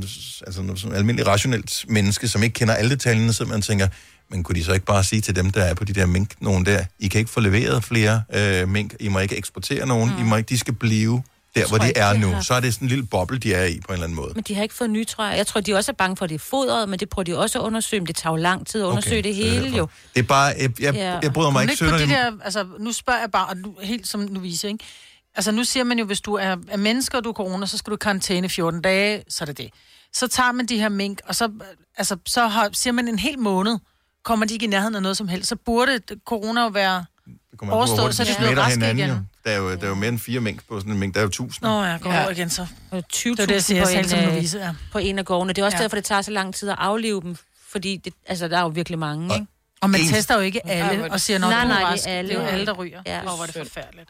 altså, som almindelig rationelt menneske, som ikke kender alle detaljerne, så man tænker, Men kunne de så ikke bare sige til dem, der er på de der mink, nogen der, I kan ikke få leveret flere øh, mink, I må ikke eksportere nogen, mm. I må ikke, de skal blive der,
tror
hvor de
ikke,
er
de
nu.
har-
Så er det sådan en lille boble, de er i på en eller anden måde.
Men de har ikke fået nye trøjer. Jeg tror, de også er bange for, at det er fodret, men det prøver de også at undersøge. Men det tager jo lang tid at undersøge okay, det
det er
hele,
derfor.
jo.
Øh, Det er bare, jeg, jeg,
Ja.
yeah. jeg bryder mig
Men
ikke
ikke på de
synderligt.
der, altså, nu spørger jeg bare, og nu, helt som nu viser, ikke? Altså, nu siger man jo, hvis du er, er menneske, og du er corona, så skal du i karantæne 14 dage, så er det det. Så tager man de her mink, og så, øh, altså, så har, siger man en hel måned, kommer de ikke i nærheden af noget som helst, så burde det- corona jo være...
Det kommer an på, hvor
overstået,
hurtigt
så de
de
bliver
smitter
raske
hinanden
igen.
jo. Der er jo, der er jo mere end fire mink på sådan en mink. Der er jo tusind.
Nå, jeg går ja. over igen, så.
20
det, jeg siger, jeg talte som
på, en,
Louise, ja.
øh, på en af gårdene. Det er også
Ja.
ja. derfor, det tager så lang tid at aflive dem, fordi det, altså, der er jo virkelig mange, ikke?
Og man tester jo ikke alle og siger, når
nej,
du er
nej,
rask.
det er alle.
Det er jo alle, der ryger.
Ja.
Hvor var det forfærdeligt.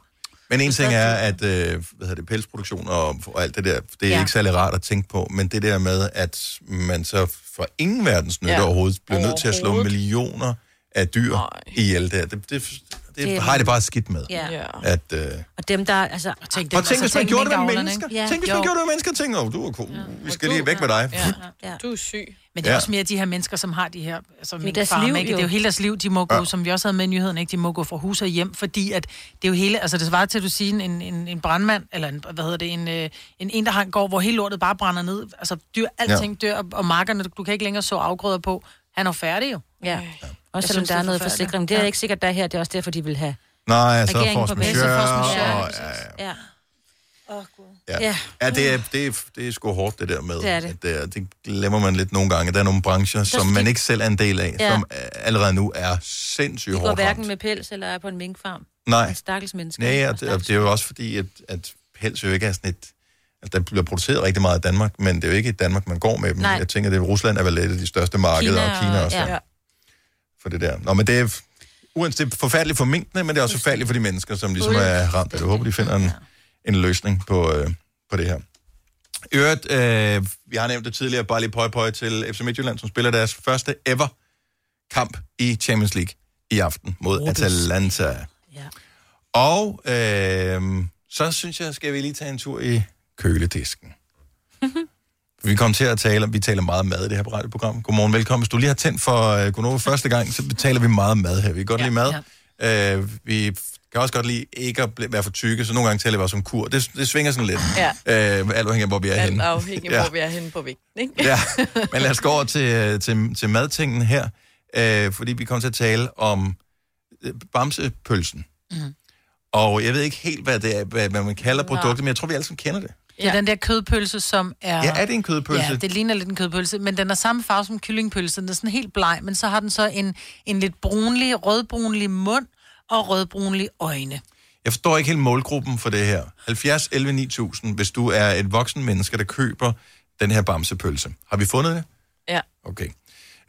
Men en ting er, at øh, hvad hedder det, pelsproduktion og, og alt det der, det er
Ja.
ja. ikke særlig rart at tænke på, men det der med, at man så for ingen verdens nytte
Ja.
ja. overhovedet bliver nødt til at slå
Overhovedet.
millioner af dyr ihjel der, det, det, det,
Det
det
er-
har jeg det bare skidt med.
Ja. Ja.
At, øh,
Og dem, der... Altså, og
tænk,
og tænk, hvis man gjorde det med mennesker. Ja. Tænk, hvis man gjorde det med mennesker. Tænk, åh, du er cool. Vi skal lige væk med dig.
Ja.
Du er syg.
Men det er
Ja.
også mere de her mennesker, som har de her altså
er
min
deres
farm,
liv,
ikke?
jo.
Det er jo hele deres liv, de må gå,
Ja.
ja. som vi også havde med i nyheden, ikke? de må gå fra hus og hjem, fordi at det er jo hele, altså det svarer til, at du siger, en, en, en brandmand, eller en, hvad hedder det, en, øh, en, en der har en gård, hvor hele lortet bare brænder ned, altså dyr, alting dør, og, og markerne, du kan ikke længere så afgrøder på, han er jo færdig jo.
Ja.
Jeg
Også selvom
synes,
der
det
er
er
noget
forfærdeligt.
forsikring. Det er
Ja.
ikke sikkert, der er her. Det er også derfor, de vil have
Nej, så er
regeringen
force
på banen. Så
majeure,
force majeure,
og-
præcis. Ja. Åh, Gud.
Ja,
Ja.
ja. ja det, er, det, er, det er sgu hårdt, det der med.
Det er det.
At det, er- det glemmer man lidt nogle gange. Der er nogle brancher, som
fordi-
man ikke selv er en del af,
Ja.
ja. som øh, allerede nu er sindssygt
De går
hårdt ramt.
hverken med pels eller er på en minkfarm.
Nej.
Og Stakkels mennesker.
Nej, og det, og det er jo også fordi, at, at pels jo ikke er sådan et... Altså, der bliver produceret rigtig meget i Danmark, men det er jo ikke i Danmark, man går med dem.
Nej.
Nej. Jeg tænker, at Rusland er vel et af de største markeder, Kina, og Kina også ja.
Ja.
for det der. Nå, men det er, uanset, det er forfærdeligt for minkene, men det er også forfærdeligt for de mennesker, som ligesom er ramt. af det. Jeg håber, de finder en, en løsning på, øh, på det her. I øvrigt, øh, vi har nævnt det tidligere, bare lige pøj pøj til FC Midtjylland, som spiller deres første ever kamp i Champions League i aften mod
Rubens.
Atalanta. Ja. Og øh, så synes jeg, skal vi lige tage en tur i køledisken. Vi kommer til at tale om, vi taler meget om mad i det her radioprogram. Godmorgen, velkommen. Hvis du lige har tændt for uh, Gunova første gang, så taler vi meget om mad her. Vi kan godt ja, lide mad. Ja. Uh, vi kan også godt lide ikke at bl- være for tykke, så nogle gange taler vi også om kur. Det, det svinger sådan lidt.
Ja.
Uh, alt afhængig af, hvor vi er
Alt
henne.
afhængig af, hvor vi er henne på vægten, ikke?
Ja, men lad os gå over til, øh, til, til madtingen her, øh, fordi vi kommer til at tale om øh, bamsepølsen.
Mhm.
Mm. Og jeg ved ikke helt, hvad, det er, hvad, hvad man kalder
Nej.
produktet, men jeg tror, vi alle sammen kender det.
Det er den der kødpølse, som er...
Ja, er det en kødpølse?
Ja, det ligner lidt en kødpølse, men den er samme farve som kyllingpølsen. Den er sådan helt bleg, men så har den så en, en lidt brunlig, rødbrunlig mund og rødbrunlig øjne.
Jeg forstår ikke helt målgruppen for det her. 70 11 9000, hvis du er et voksen menneske, der køber den her bamsepølse. Har vi fundet det?
Ja.
Okay.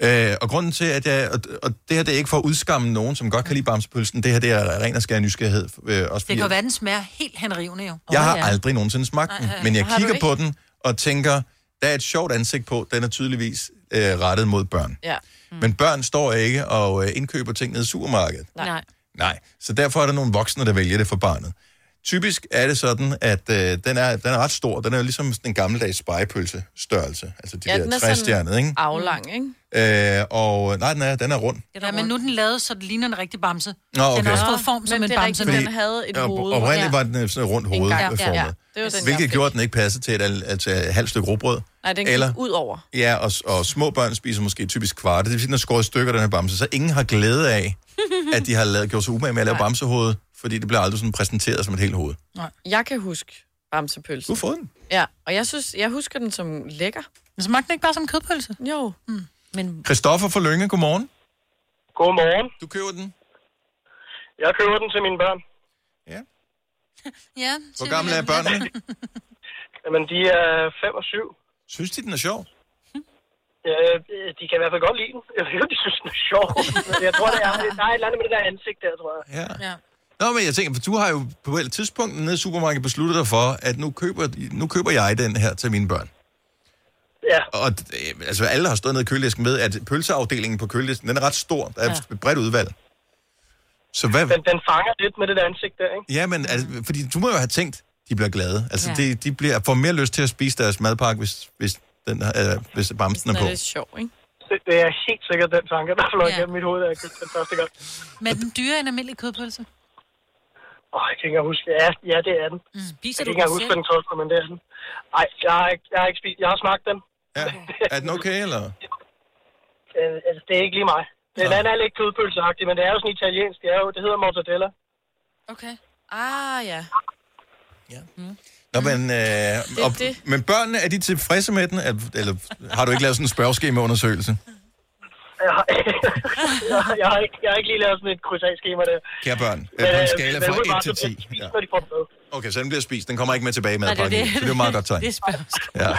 Øh, og grunden til, at jeg... Og, og det her, det er ikke for at udskamme nogen, som godt kan lide bamsepølsen. Det her, det er ren og skær nysgerrighed. Øh, også
Det
fordi,
kan jo være, den smager helt henrivende jo.
jeg har aldrig nogensinde smagt den,
Nej, øh,
men jeg
har du
kigger
ikke?
på den og tænker, der er et sjovt ansigt på. Den er tydeligvis øh, rettet mod børn.
Ja.
Men børn står ikke og øh, indkøber ting nede i supermarkedet.
Nej.
Nej, så derfor er der nogle voksne, der vælger det for barnet. Typisk er det sådan, at øh, den, er, den er ret stor. Den er jo ligesom sådan en gammeldags spejepølse størrelse. Altså de ja,
den
der
er sådan
træstjernede,
aflang, ikke?
ikke? Øh, og nej, den er, den er rund.
Ja, men nu er den lavet, så det ligner en rigtig bamse.
Nå, okay.
Den har også fået form som en bamse.
Fordi op- Oprindeligt var den øh, sådan et rundt hoved
gang.
ja,
Ja,
formet.
ja,
Ja,
ja.
ja.
Det var den, jeg
hvilket
fik.
gjorde, at den ikke passede til et, al- altså, et halvt stykke råbrød.
Nej, den
Eller-
gik ud over.
Ja, og, og små børn spiser måske typisk kvarte. Det vil sige, den er skåret i stykker, den her bamse. Så ingen har glæde af, at de har lavet, gjort sig umage med at lave bamsehovedet, fordi det bliver aldrig sådan præsenteret som et helt hoved.
Jeg kan huske bamsepølsen.
Du har fået den.
Ja, og jeg synes, jeg husker den som lækker.
Men smagte den ikke bare som kødpølse?
Jo. Mm.
Men
Christoffer fra Lønge, godmorgen.
Godmorgen.
Du køber den?
Jeg køber den til mine børn.
Ja,
Hvor gamle er børnene?
Jamen, de er 5 og 7.
Synes de, den er sjov?
Ja, de kan i hvert fald godt lide den. Jeg ved ikke, om de synes, den er sjov. Men jeg tror, det er, der er et eller andet med det der ansigt der, tror jeg.
Ja. Nå, men jeg tænker, for du har jo på et tidspunkt nede i supermarkedet besluttet dig for, at nu køber, nu køber jeg den her til mine børn.
Ja.
Og øh, altså, alle har stået nede i køledisken med, at pølseafdelingen på køledisken, den er ret stor. Der er et bredt udvalg. Så hvad...
Den, den fanger lidt med det der ansigt der, ikke?
Ja, men altså, fordi du må jo have tænkt, de bliver glade. Altså,
Ja.
ja. de, de bliver, får mere lyst til at spise deres madpakke, hvis, hvis, den, øh, hvis bamsen er på.
sjov, ikke?
det, det er helt sikkert den tanke, der fløj ja. igennem mit hoved, da jeg købte den første gang.
Men den dyre end almindelig kødpølse?
Åh, jeg kan ikke engang huske. Ja, ja, det er den. Mm.
Spiser
jeg
du
kan ikke engang
den
huske,
selv?
hvad den koster, men det er den. Nej, jeg har ikke, jeg har ikke spist. Jeg har smagt den.
Ja. Er den okay, eller?
Øh, altså, det er ikke lige mig. Den anden er lidt kødpølseagtig, men det er jo sådan italiensk. Det, er jo, det hedder mortadella.
Okay. Ah, ja.
Nå, men, øh, og,
det.
men børnene, er de tilfredse med den? Er- Eller har du ikke lavet sådan en spørgeskemaundersøgelse?
Jeg har, jeg, har, jeg, har ikke, jeg har ikke lige lavet sådan et krydsagskema der.
Kære børn, øh,
Men,
på en
øh,
skala
men
fra
umiddelbart,
1 til
så bliver
10. Ja.
Når de får den med.
Okay, så den bliver spist. Den kommer ikke med tilbage med
Nej, det er
pakken.
det.
Så det er jo meget godt tegn.
Det er
Ja.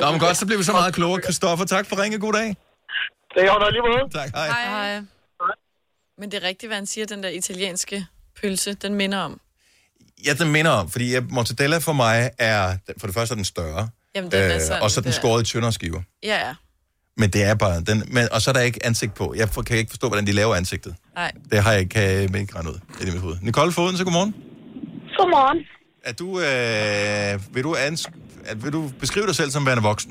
Nå, men godt, så bliver vi så meget klogere. Christoffer, tak for ringe. God dag.
Det er lige måde.
Tak, hej.
Hej. Men det er rigtigt, hvad han siger, den der italienske pølse, den minder om.
Ja, den minder om, fordi jeg, mortadella for mig er, for det første er den større,
Jamen, den er
øh,
sådan
og så er den
der.
skåret i tyndere skiver.
Ja, ja.
Men det er bare, den, men, og så er der ikke ansigt på. Jeg for, kan ikke forstå, hvordan de laver ansigtet.
Nej.
Det har jeg kan jeg ikke regne ud ind i mit hoved. Nicole Foden, så godmorgen.
Godmorgen.
Er du, øh, vil, du ans, er- vil du beskrive dig selv som værende voksen?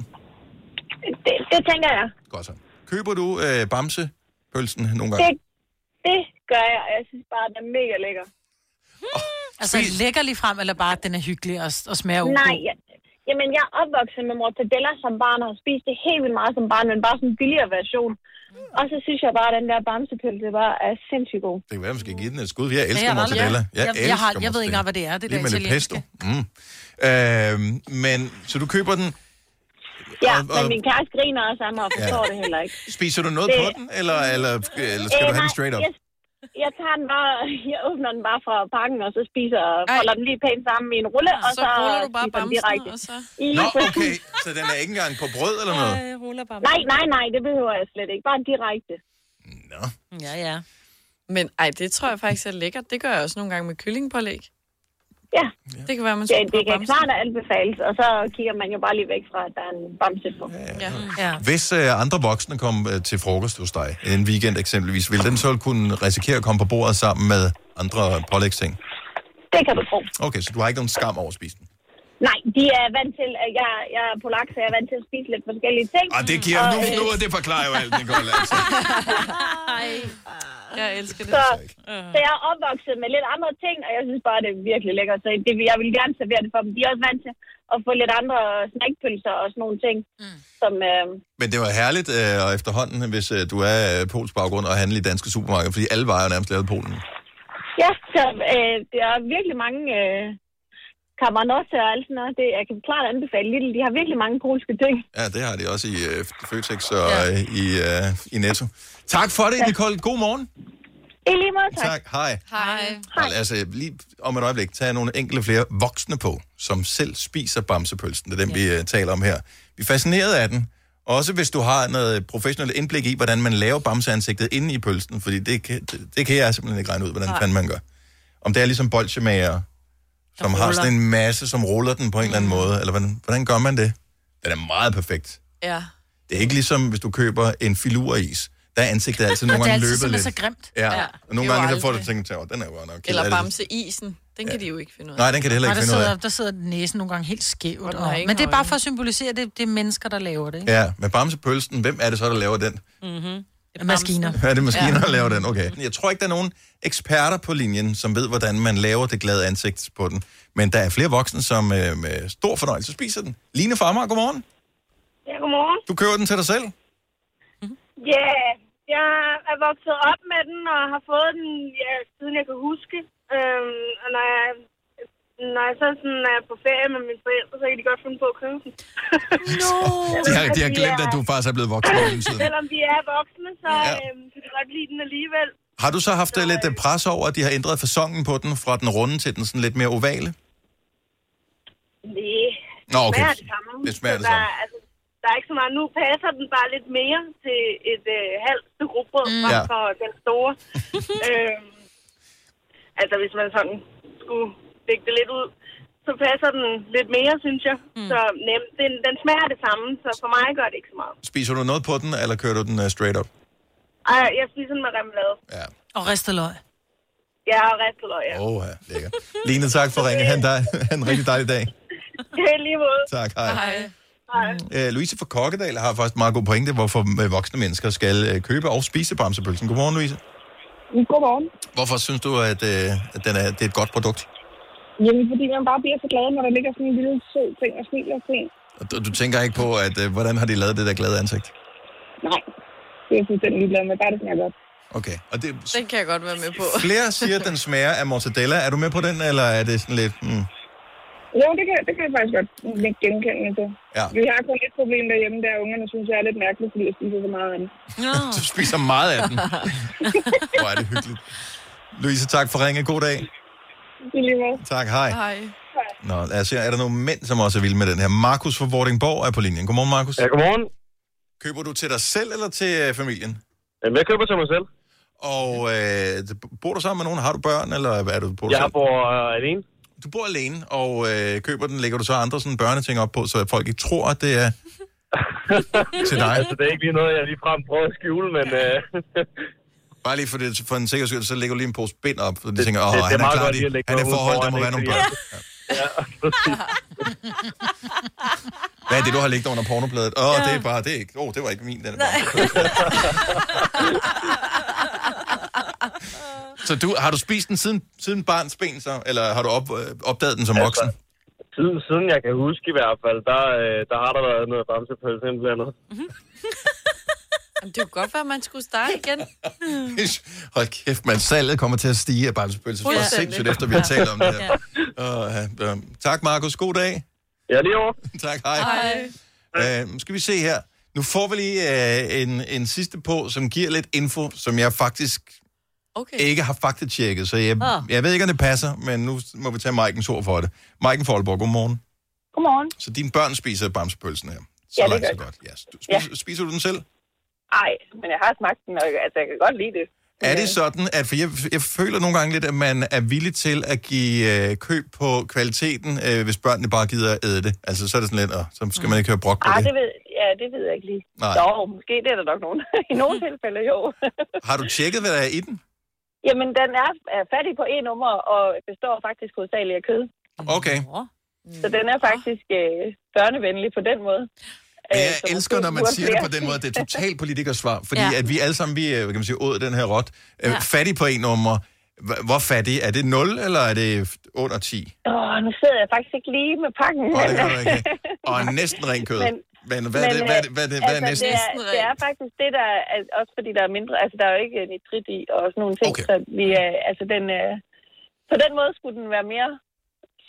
Det, det tænker jeg.
Godt så. Køber du øh, bamsepølsen nogle gange?
Det, det gør jeg, og jeg synes bare, at den er mega lækker.
Altså lækker lige frem, eller bare, at den er hyggelig og, og smager okay?
Nej, jeg, jamen jeg er opvokset med mortadella som barn, og har spist det helt vildt meget som barn, men bare sådan en billigere version. Og så synes jeg bare, at den der bamsepølse bare er sindssygt god.
Det kan være, man skal give den et skud. Jeg elsker
Ja, jeg har aldrig-
mortadella.
Jeg, jeg,
elsker
jeg, har, jeg ved ikke engang, hvad det er, det
Lige
der
med lidt
italienske.
pesto. Mm. Øhm, men, så du køber den.
Ja,
Og- og-
men min kæreste griner også af mig og forstår
Ja.
ja. det heller ikke.
Spiser du noget
Det-
det... på den, eller, eller, eller skal
Øh,
du have den
nej,
straight up?
Jeg, jeg tager den bare, jeg åbner den bare fra pakken, og så spiser og folder den lige pænt sammen i en rulle, og så,
Så ruller du bare
spiser
bamsen,
den direkte.
og så...
Nå, okay. Så den er ikke engang på brød eller noget?
Nej, nej, nej, det behøver jeg slet ikke. Bare direkte.
Ja, ja. Men ej, det tror jeg faktisk er lækkert. Det gør jeg også nogle gange med kyllingpålæg.
Ja.
Det kan være, man
Det,
skulle
det
prøve
kan
bamsen.
klart anbefales, og så kigger man jo bare lige væk fra, at der er en bamse på.
Ja.
ja.
Hvis øh, andre voksne kom øh, til frokost hos dig, en weekend eksempelvis, ville den så kunne risikere at komme på bordet sammen med andre pålægsting?
Det kan du tro.
Okay, så du har ikke nogen skam over at spise den?
Nej, de er vant til, at jeg, jeg er polak, så jeg er vant til at spise lidt forskellige ting.
Ah, det giver
Og,
nu,
øh,
nu, og det forklarer jo alt, Nicole. Altså.
Jeg elsker det.
Så, så jeg er opvokset med lidt andre ting, og jeg synes bare, det er virkelig lækkert. Så det, jeg vil gerne servere det for dem. De er også vant til at få lidt andre snackpølser og sådan nogle ting, mm. som... Øh,
Men det var herligt øh, og efterhånden, hvis øh, du er øh, pols baggrund og handler i danske supermarkeder, fordi alle varer er nærmest lavet i Polen.
ja, så øh, der er virkelig mange... Øh, Kammernosse og alt sådan noget. Det, jeg kan klart anbefale Lille. De har virkelig mange polske ting.
Ja, det har de også i øh, Føtex og øh, i, øh, i Netto. Tak for det, Nicole. God morgen.
I lige måde, tak.
Tak. Hej.
Hej.
Og lad os øh, lige om et øjeblik tage nogle enkelte flere voksne på, som selv spiser bamsepølsen. Det er den, vi øh, taler om her. Vi er fascineret af den. Også hvis du har noget professionelt indblik i, hvordan man laver bamseansigtet inde i pølsen, fordi det kan, det, det kan jeg simpelthen ikke regne ud, hvordan
Nej.
fanden man gør. Om det er ligesom bolsjemager, som har sådan en masse, som ruller den på en eller
Mm.
anden måde, eller hvordan, hvordan gør man det? Den er meget perfekt.
Ja.
Det er ikke ligesom, hvis du køber en filuris. Der er ansigtet altid nogle
Og det er
gange
altid
løbet lidt.
simpelthen så grimt.
Ja.
Ja.
ja. Og nogle
Det er jo
gange, så får du
aldrig.
tænkt, at den er jo nok ked af
Eller
det."
bamseisen. Den kan de jo ikke finde ud af.
Nej, den kan de heller ikke
der
finde ud af.
sidder, Der sidder næsen nogle gange helt skævt.
har
Og,
ingen
men det er bare for at symbolisere, at det, det er mennesker, der laver det. Ikke?
Ja, med bamsepølsen, hvem er det så, der laver den?
Mm-hmm. Maskiner.
Er det maskiner, der laver den? Okay. Jeg tror ikke, der er nogen eksperter på linjen, som ved, hvordan man laver det glade ansigt på den. Men der er flere voksne, som øh, med stor fornøjelse spiser den. Line fra Amager, godmorgen.
Ja, godmorgen.
Du køber den til dig selv?
Ja, yeah. jeg er vokset op med den og har fået den, ja, siden jeg kan huske. Øhm, og når jeg, når jeg så sådan er på ferie med mine forældre, så kan de godt finde på at købe den. no.
De har, de har glemt, at du faktisk er blevet voksen. på den side.
Selvom de er voksne, så
Ja.
ja. øhm, kan de godt lide den alligevel.
Har du så haft øh, lidt øh, pres over, at de har ændret fasongen på den fra den runde til den sådan lidt mere ovale?
Nej.
Nå, okay.
Det smager det samme.
Det smager det
Så
samme.
Der, altså, der er ikke så meget. Nu passer den bare lidt mere til et øh, halvt stykke rugbrød
Mm.
mm. frem
Ja.
for den store. øhm, altså, hvis man sådan skulle lægge det lidt ud, så passer den lidt mere, synes jeg. Mm. Så nem, den, den smager det samme, så for mig gør det ikke så meget.
Spiser du noget på den, eller kører du den øh, straight up?
Og jeg spiser den med remoulade.
Ja.
Og ristet løg.
Ja, og resteløg, ja.
Åh, oh, ja, lækker. Line, tak for ringet. Han dig. Ha' en rigtig dejlig dag.
Det er lige måde.
Tak, hej.
Hej. Nej.
Øh, Louise fra Kokkedal har faktisk meget god pointe, hvorfor øh, voksne mennesker skal øh, købe og spise bamsepølsen. Godmorgen, Louise.
Godmorgen.
Hvorfor synes du, at, øh, at den er, det er et godt produkt?
Jamen, fordi man bare bliver så glad, når der ligger sådan en lille sød ting og smiler til en.
Og Du, du tænker ikke på, at øh, hvordan har de lavet det der glade ansigt?
Nej, det er jeg fuldstændig ligeglad med. Bare det smager godt.
Okay. Og det,
Den kan jeg godt være med på.
flere siger, at den smager af mortadella. Er du med på den, eller er det sådan lidt... Mm,
Jo, det kan, det kan jeg faktisk godt lidt genkende til.
Ja.
Vi har kun et problem derhjemme, der er ungerne synes, jeg er lidt mærkelig, fordi jeg spiser så meget af den.
du spiser meget af den. Hvor er det hyggeligt. Louise, tak for ringe. God dag.
I lige måde.
Tak, hej.
Hej.
Nå, lad os se, er der nogle mænd, som også er vilde med den her? Markus fra Vordingborg er på linjen. Godmorgen, Markus. Ja,
godmorgen.
Køber du til dig selv eller til øh, familien?
Jamen, jeg køber til mig selv.
Og øh, bor du sammen med nogen? Har du børn, eller er du bor du
Jeg
selv?
bor øh, alene.
Du bor alene, og øh, køber den, lægger du så andre sådan børneting op på, så folk ikke tror, at det er til dig?
Altså, det er ikke lige noget, jeg ligefrem prøver at skjule, men øh,
Bare lige for, det, for en sikkerheds skyld, så lægger du lige en pose bind op, og de
Det-
tænker,
det-
åh,
det er
han er
meget
klar,
godt
de,
lige at lægge
han er
noget ud
forhold, der
foran
må være nogle børn.
ansigtet,
Hvad er det, du har lægget under pornobladet? Åh,
Ja.
det er bare, det er ikke, åh, det var ikke min, den er bare. Så du, har du spist den siden, siden barns ben, så? Eller har du op, øh, opdaget den som voksen?
Altså, siden, siden jeg kan huske i hvert fald, der, øh, der har der været noget bamsepølse indblandet.
Jamen, det kunne godt være, at man skulle starte igen.
Hold kæft, man salget kommer til at stige af bamsepølser. Det er
Fuldstændig.
sindssygt, efter vi har talt om det her.
Ja.
Og, øh, øh, tak, Markus. God dag.
Ja, lige over.
tak, hej. hej. Øh, skal vi se her. Nu får vi lige øh, en, en sidste på, som giver lidt info, som jeg faktisk
okay.
ikke har faktatjekket. Så jeg,
Ah.
jeg ved ikke, om det passer, men nu må vi tage Maiken ord for det. Maiken Folborg, godmorgen.
Godmorgen.
Så dine børn spiser bamsepølsen her. Så
Ja, det
langt,
gør
så
de.
godt. Ja. Spiser, ja. spiser du den selv?
Ej, men jeg har smagt den, og jeg- altså, jeg kan godt lide det.
Er det sådan, at for jeg, jeg føler nogle gange lidt, at man er villig til at give øh, køb på kvaliteten, øh, hvis børnene bare gider at æde det? Altså, så er det sådan lidt, og så skal man ikke høre brok på
Ej,
det.
Ah, det ved, ja, det ved jeg ikke lige.
Nej.
Jo, måske det er der nok nogen. I nogle tilfælde, jo.
Har du tjekket, hvad der er i den?
Jamen, den er, er fattig på en nummer, og består faktisk hovedsageligt af kød.
Okay.
Så den er faktisk øh, børnevenlig på den måde.
Men
Øh,
jeg
så
elsker,
måske
når man
burde
siger det
flere-
på den måde. Det er totalt politikers svar. Fordi
Ja.
at vi alle sammen, vi øh, kan man sige, åd den her rot.
Ja.
Øh, Fattig på en nummer. Hv- Hvor fattig? Er det 0, eller er det f- under 10?
Åh, nu sidder jeg faktisk ikke lige med pakken.
Åh, det kan du ikke. Og næsten ren kød.
Men-
Men hvad er det,
Men,
hvad er
øh,
det, hvad er det, hvad er
altså,
næsten?
Det er, det er faktisk det, der er, altså, også fordi der er mindre, altså der er jo ikke øh, nitrit i og sådan nogle ting, okay. så vi er, altså den, øh, på den måde skulle den være mere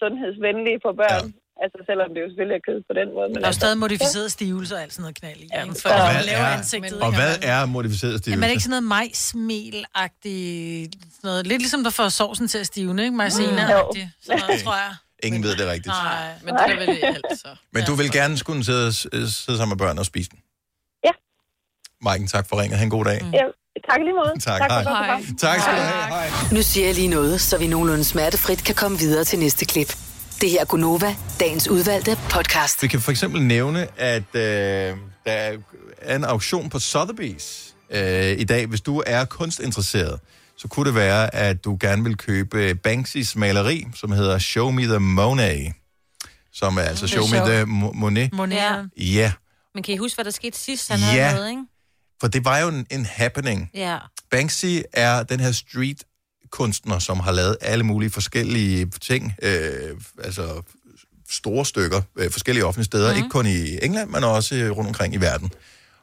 sundhedsvenlig for børn, ja. altså selvom det jo selvfølgelig er kød på den måde. Men
Der er jo
altså,
stadig modificeret stivelse og alt sådan noget knald i. Ja, for
Og
at
hvad
man laver
er-
ansigtet.
Og
ikke?
hvad er modificeret stivelse?
Jamen, er det ikke sådan noget majsmel-agtigt? Sådan noget. Lidt ligesom der får sovsen til at stivne, ikke? Majsena-agtigt.
Mm.
Sådan noget, tror jeg.
Ingen ved det rigtigt.
Nej,
men det er vel i alt, så.
Men du vil gerne skulle sidde, og s- øh, sidde sammen med børn og spise den?
Ja.
Maiken, tak for ringet. Ha' en god dag.
ja, tak i lige måde.
Tak,
for
hej.
godt program.
Tak skal du have. Hej.
Nu siger jeg lige noget, så vi nogenlunde smertefrit kan komme videre til næste klip. Det her er Gunova, dagens udvalgte podcast.
Vi kan for eksempel nævne, at øh, der er en auktion på Sotheby's øh, i dag. Hvis du er kunstinteresseret, så kunne det være, at du gerne vil købe øh, Banksys maleri, som hedder Show Me the Monet. Som er altså
Mm, Det er
Show Me
sjovt.
the Mo- Monet.
Ja.
Ja,
Men kan I huske, hvad der skete sidst, han
Ja.
havde noget, ikke?
for det var jo en, en happening.
Ja.
Banksy er den her street kunstner, som har lavet alle mulige forskellige ting, øh, altså store stykker, øh, forskellige offentlige steder, mm. ikke kun i England, men også øh, rundt omkring i verden.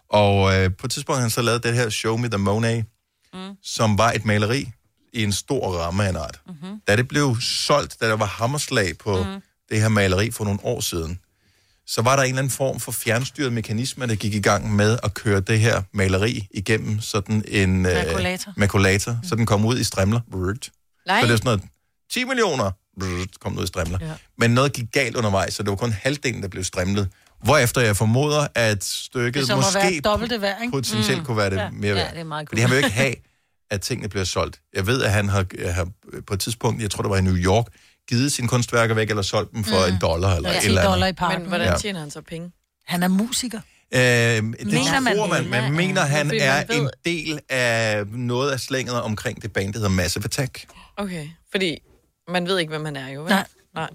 Og øh, på et tidspunkt har han så lavet det her Show Me the Monet, mm. som var et maleri i en stor ramme af en art. Mm-hmm. Da det blev solgt, da der var hammerslag på mm. det her maleri for nogle år siden, så var der en eller anden form for fjernstyret mekanisme, der gik i gang med at køre det her maleri igennem sådan en... øh,
Makulator.
Makulator. Mm. Så den kom ud i strimler. Brrrt.
Nej.
Så det er sådan noget, 10 millioner brrrt, kom den ud i strimler. Ja. Men noget gik galt undervejs, så det var kun halvdelen, der blev strimlet. Hvorefter jeg formoder, at
Det er
stykket
som at være
måske
dobbelt det værd, ikke?
potentielt mm. kunne være det
Ja.
mere værd.
Ja, det er meget
Fordi han vil jo ikke have, at tingene bliver solgt. Jeg ved, at han har, har på et tidspunkt, jeg tror det var i New York, givet sine kunstværker væk eller solgt dem for mm. en dollar eller
Ja,
et
10
eller andet.
dollar i parken.
Men hvordan
Ja.
tjener han så penge?
Han er musiker.
Øh, det
Mener man
tror
det?
man, man
Ja,
mener, han
fordi man
er
ved-
en del af noget af slænget omkring det band, der hedder Massive Attack.
Okay, fordi man ved ikke, hvem han er jo, vel? Nej. Nej.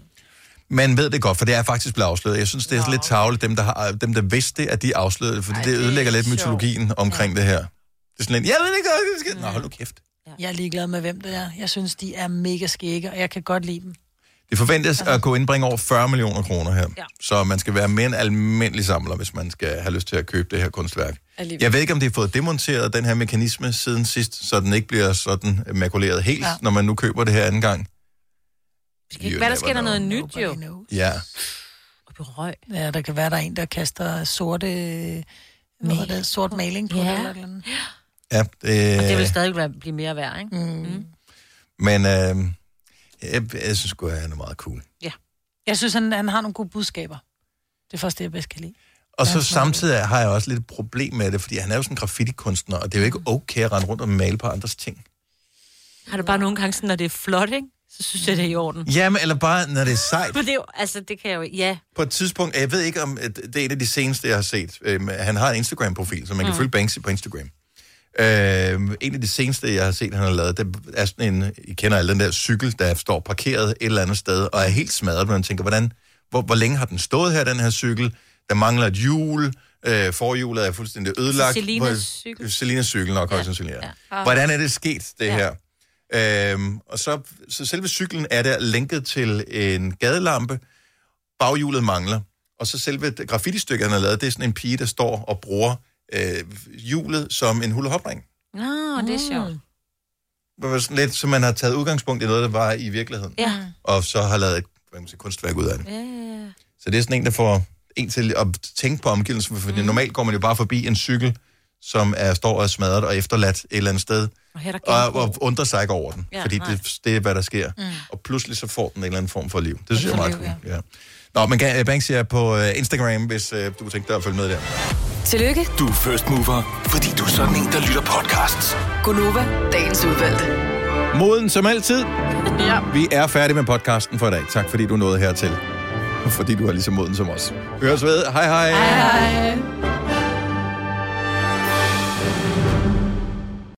Man ved det godt, for det er faktisk blevet afsløret. Jeg synes, det er lidt tavligt, dem der, har, dem, der vidste det, at de afslørede det, fordi Ej, det ødelægger lidt mytologien omkring det her. Det er sådan lidt, jeg ved ikke, hvad det skal... Nå, hold nu kæft.
Jeg er ligeglad med, hvem det er. Jeg synes, de er mega skægge, og jeg kan godt lide dem.
Det forventes at kunne indbringe over 40 millioner kroner her. Ja. Så man skal være mere en almindelig samler, hvis man skal have lyst til at købe det her kunstværk.
Alligevel.
Jeg ved ikke, om det er fået demonteret den her mekanisme siden sidst, så den ikke bliver sådan øh, makuleret helt, ja.
Ja.
når man nu køber det her anden gang. You
Hvad der sker
never
der
know.
noget nyt, jo?
Ja.
Røg.
Ja, der kan være, der er en, der kaster sorte, hvad hedder det, sort maling på ja. det, eller et eller andet.
ja
Og det vil
det,
stadig være- blive mere værd, ikke? Mm.
men øh, jeg, jeg synes godt, at han er meget cool.
Ja. Jeg synes, han, han har nogle gode budskaber. Det er faktisk det, jeg bedst kan lide.
Og så samtidig har jeg også lidt et problem med det, fordi han er jo sådan en graffitikunstner, og det er jo ikke okay at rende rundt og male på andres ting.
Har det bare nogle gange sådan, når det er flot, ikke? Så synes jeg, det er i orden.
Jamen, eller bare, når det er sejt.
Men det er jo, altså, det kan jeg jo ikke. Ja,
På et tidspunkt, jeg ved ikke om, at det er en af de seneste, jeg har set. Øhm, han har en Instagram-profil, så man kan
Mm.
følge Banksy på Instagram. Øhm, en af de seneste, jeg har set, han har lavet, det er sådan en, I kender alle den der cykel, der står parkeret et eller andet sted, og er helt smadret, men man tænker, hvordan, hvor, hvor længe har den stået her, den her cykel? Der mangler et hjul, øh, forhjulet er fuldstændig ødelagt.
Selinas
Hvor-
cykel.
Selinas cykel nok, højst sandsynligt. Ja.
Ja.
Hvordan er det sket, det ja. her? Øhm, og så, så selve cyklen er der lænket til en gadelampe, baghjulet mangler, og så selve det- graffitistykket, han har lavet, det er sådan en pige, der står og bruger øh, hjulet som en hulehopring.
Nå, det er
Mm.
sjovt.
Det var sådan lidt, som man har taget udgangspunkt i noget, der var i virkeligheden,
Ja.
og så har lavet et hvad kan man sige, kunstværk ud af det.
Ja, ja, ja.
Så det er sådan en, der får en til at tænke på omgivelserne, for mm. normalt går man jo bare forbi en cykel, som er, står og er smadret og efterladt et eller andet sted,
Og her er der
og, og undrer sig ikke over den, ja,
Ja,
fordi
nej.
det, det er, hvad der sker. Mm.
Mm.
Og pludselig så får den en eller anden form for liv. Det synes jeg er
for
meget
liv,
cool. Ja. Nå, men Ga- Banksy er på øh, Instagram, hvis øh, du tænker dig at følge med der.
Tillykke,
Du er first mover, fordi du er sådan en, der lytter podcasts.
Gunova, dagens udvalgte.
Moden som altid. Ja. Vi er færdige med podcasten for i dag. Tak fordi du nåede hertil. Fordi du er lige så moden som os. Høres ved. Hej hej. hej, hej.
Hej.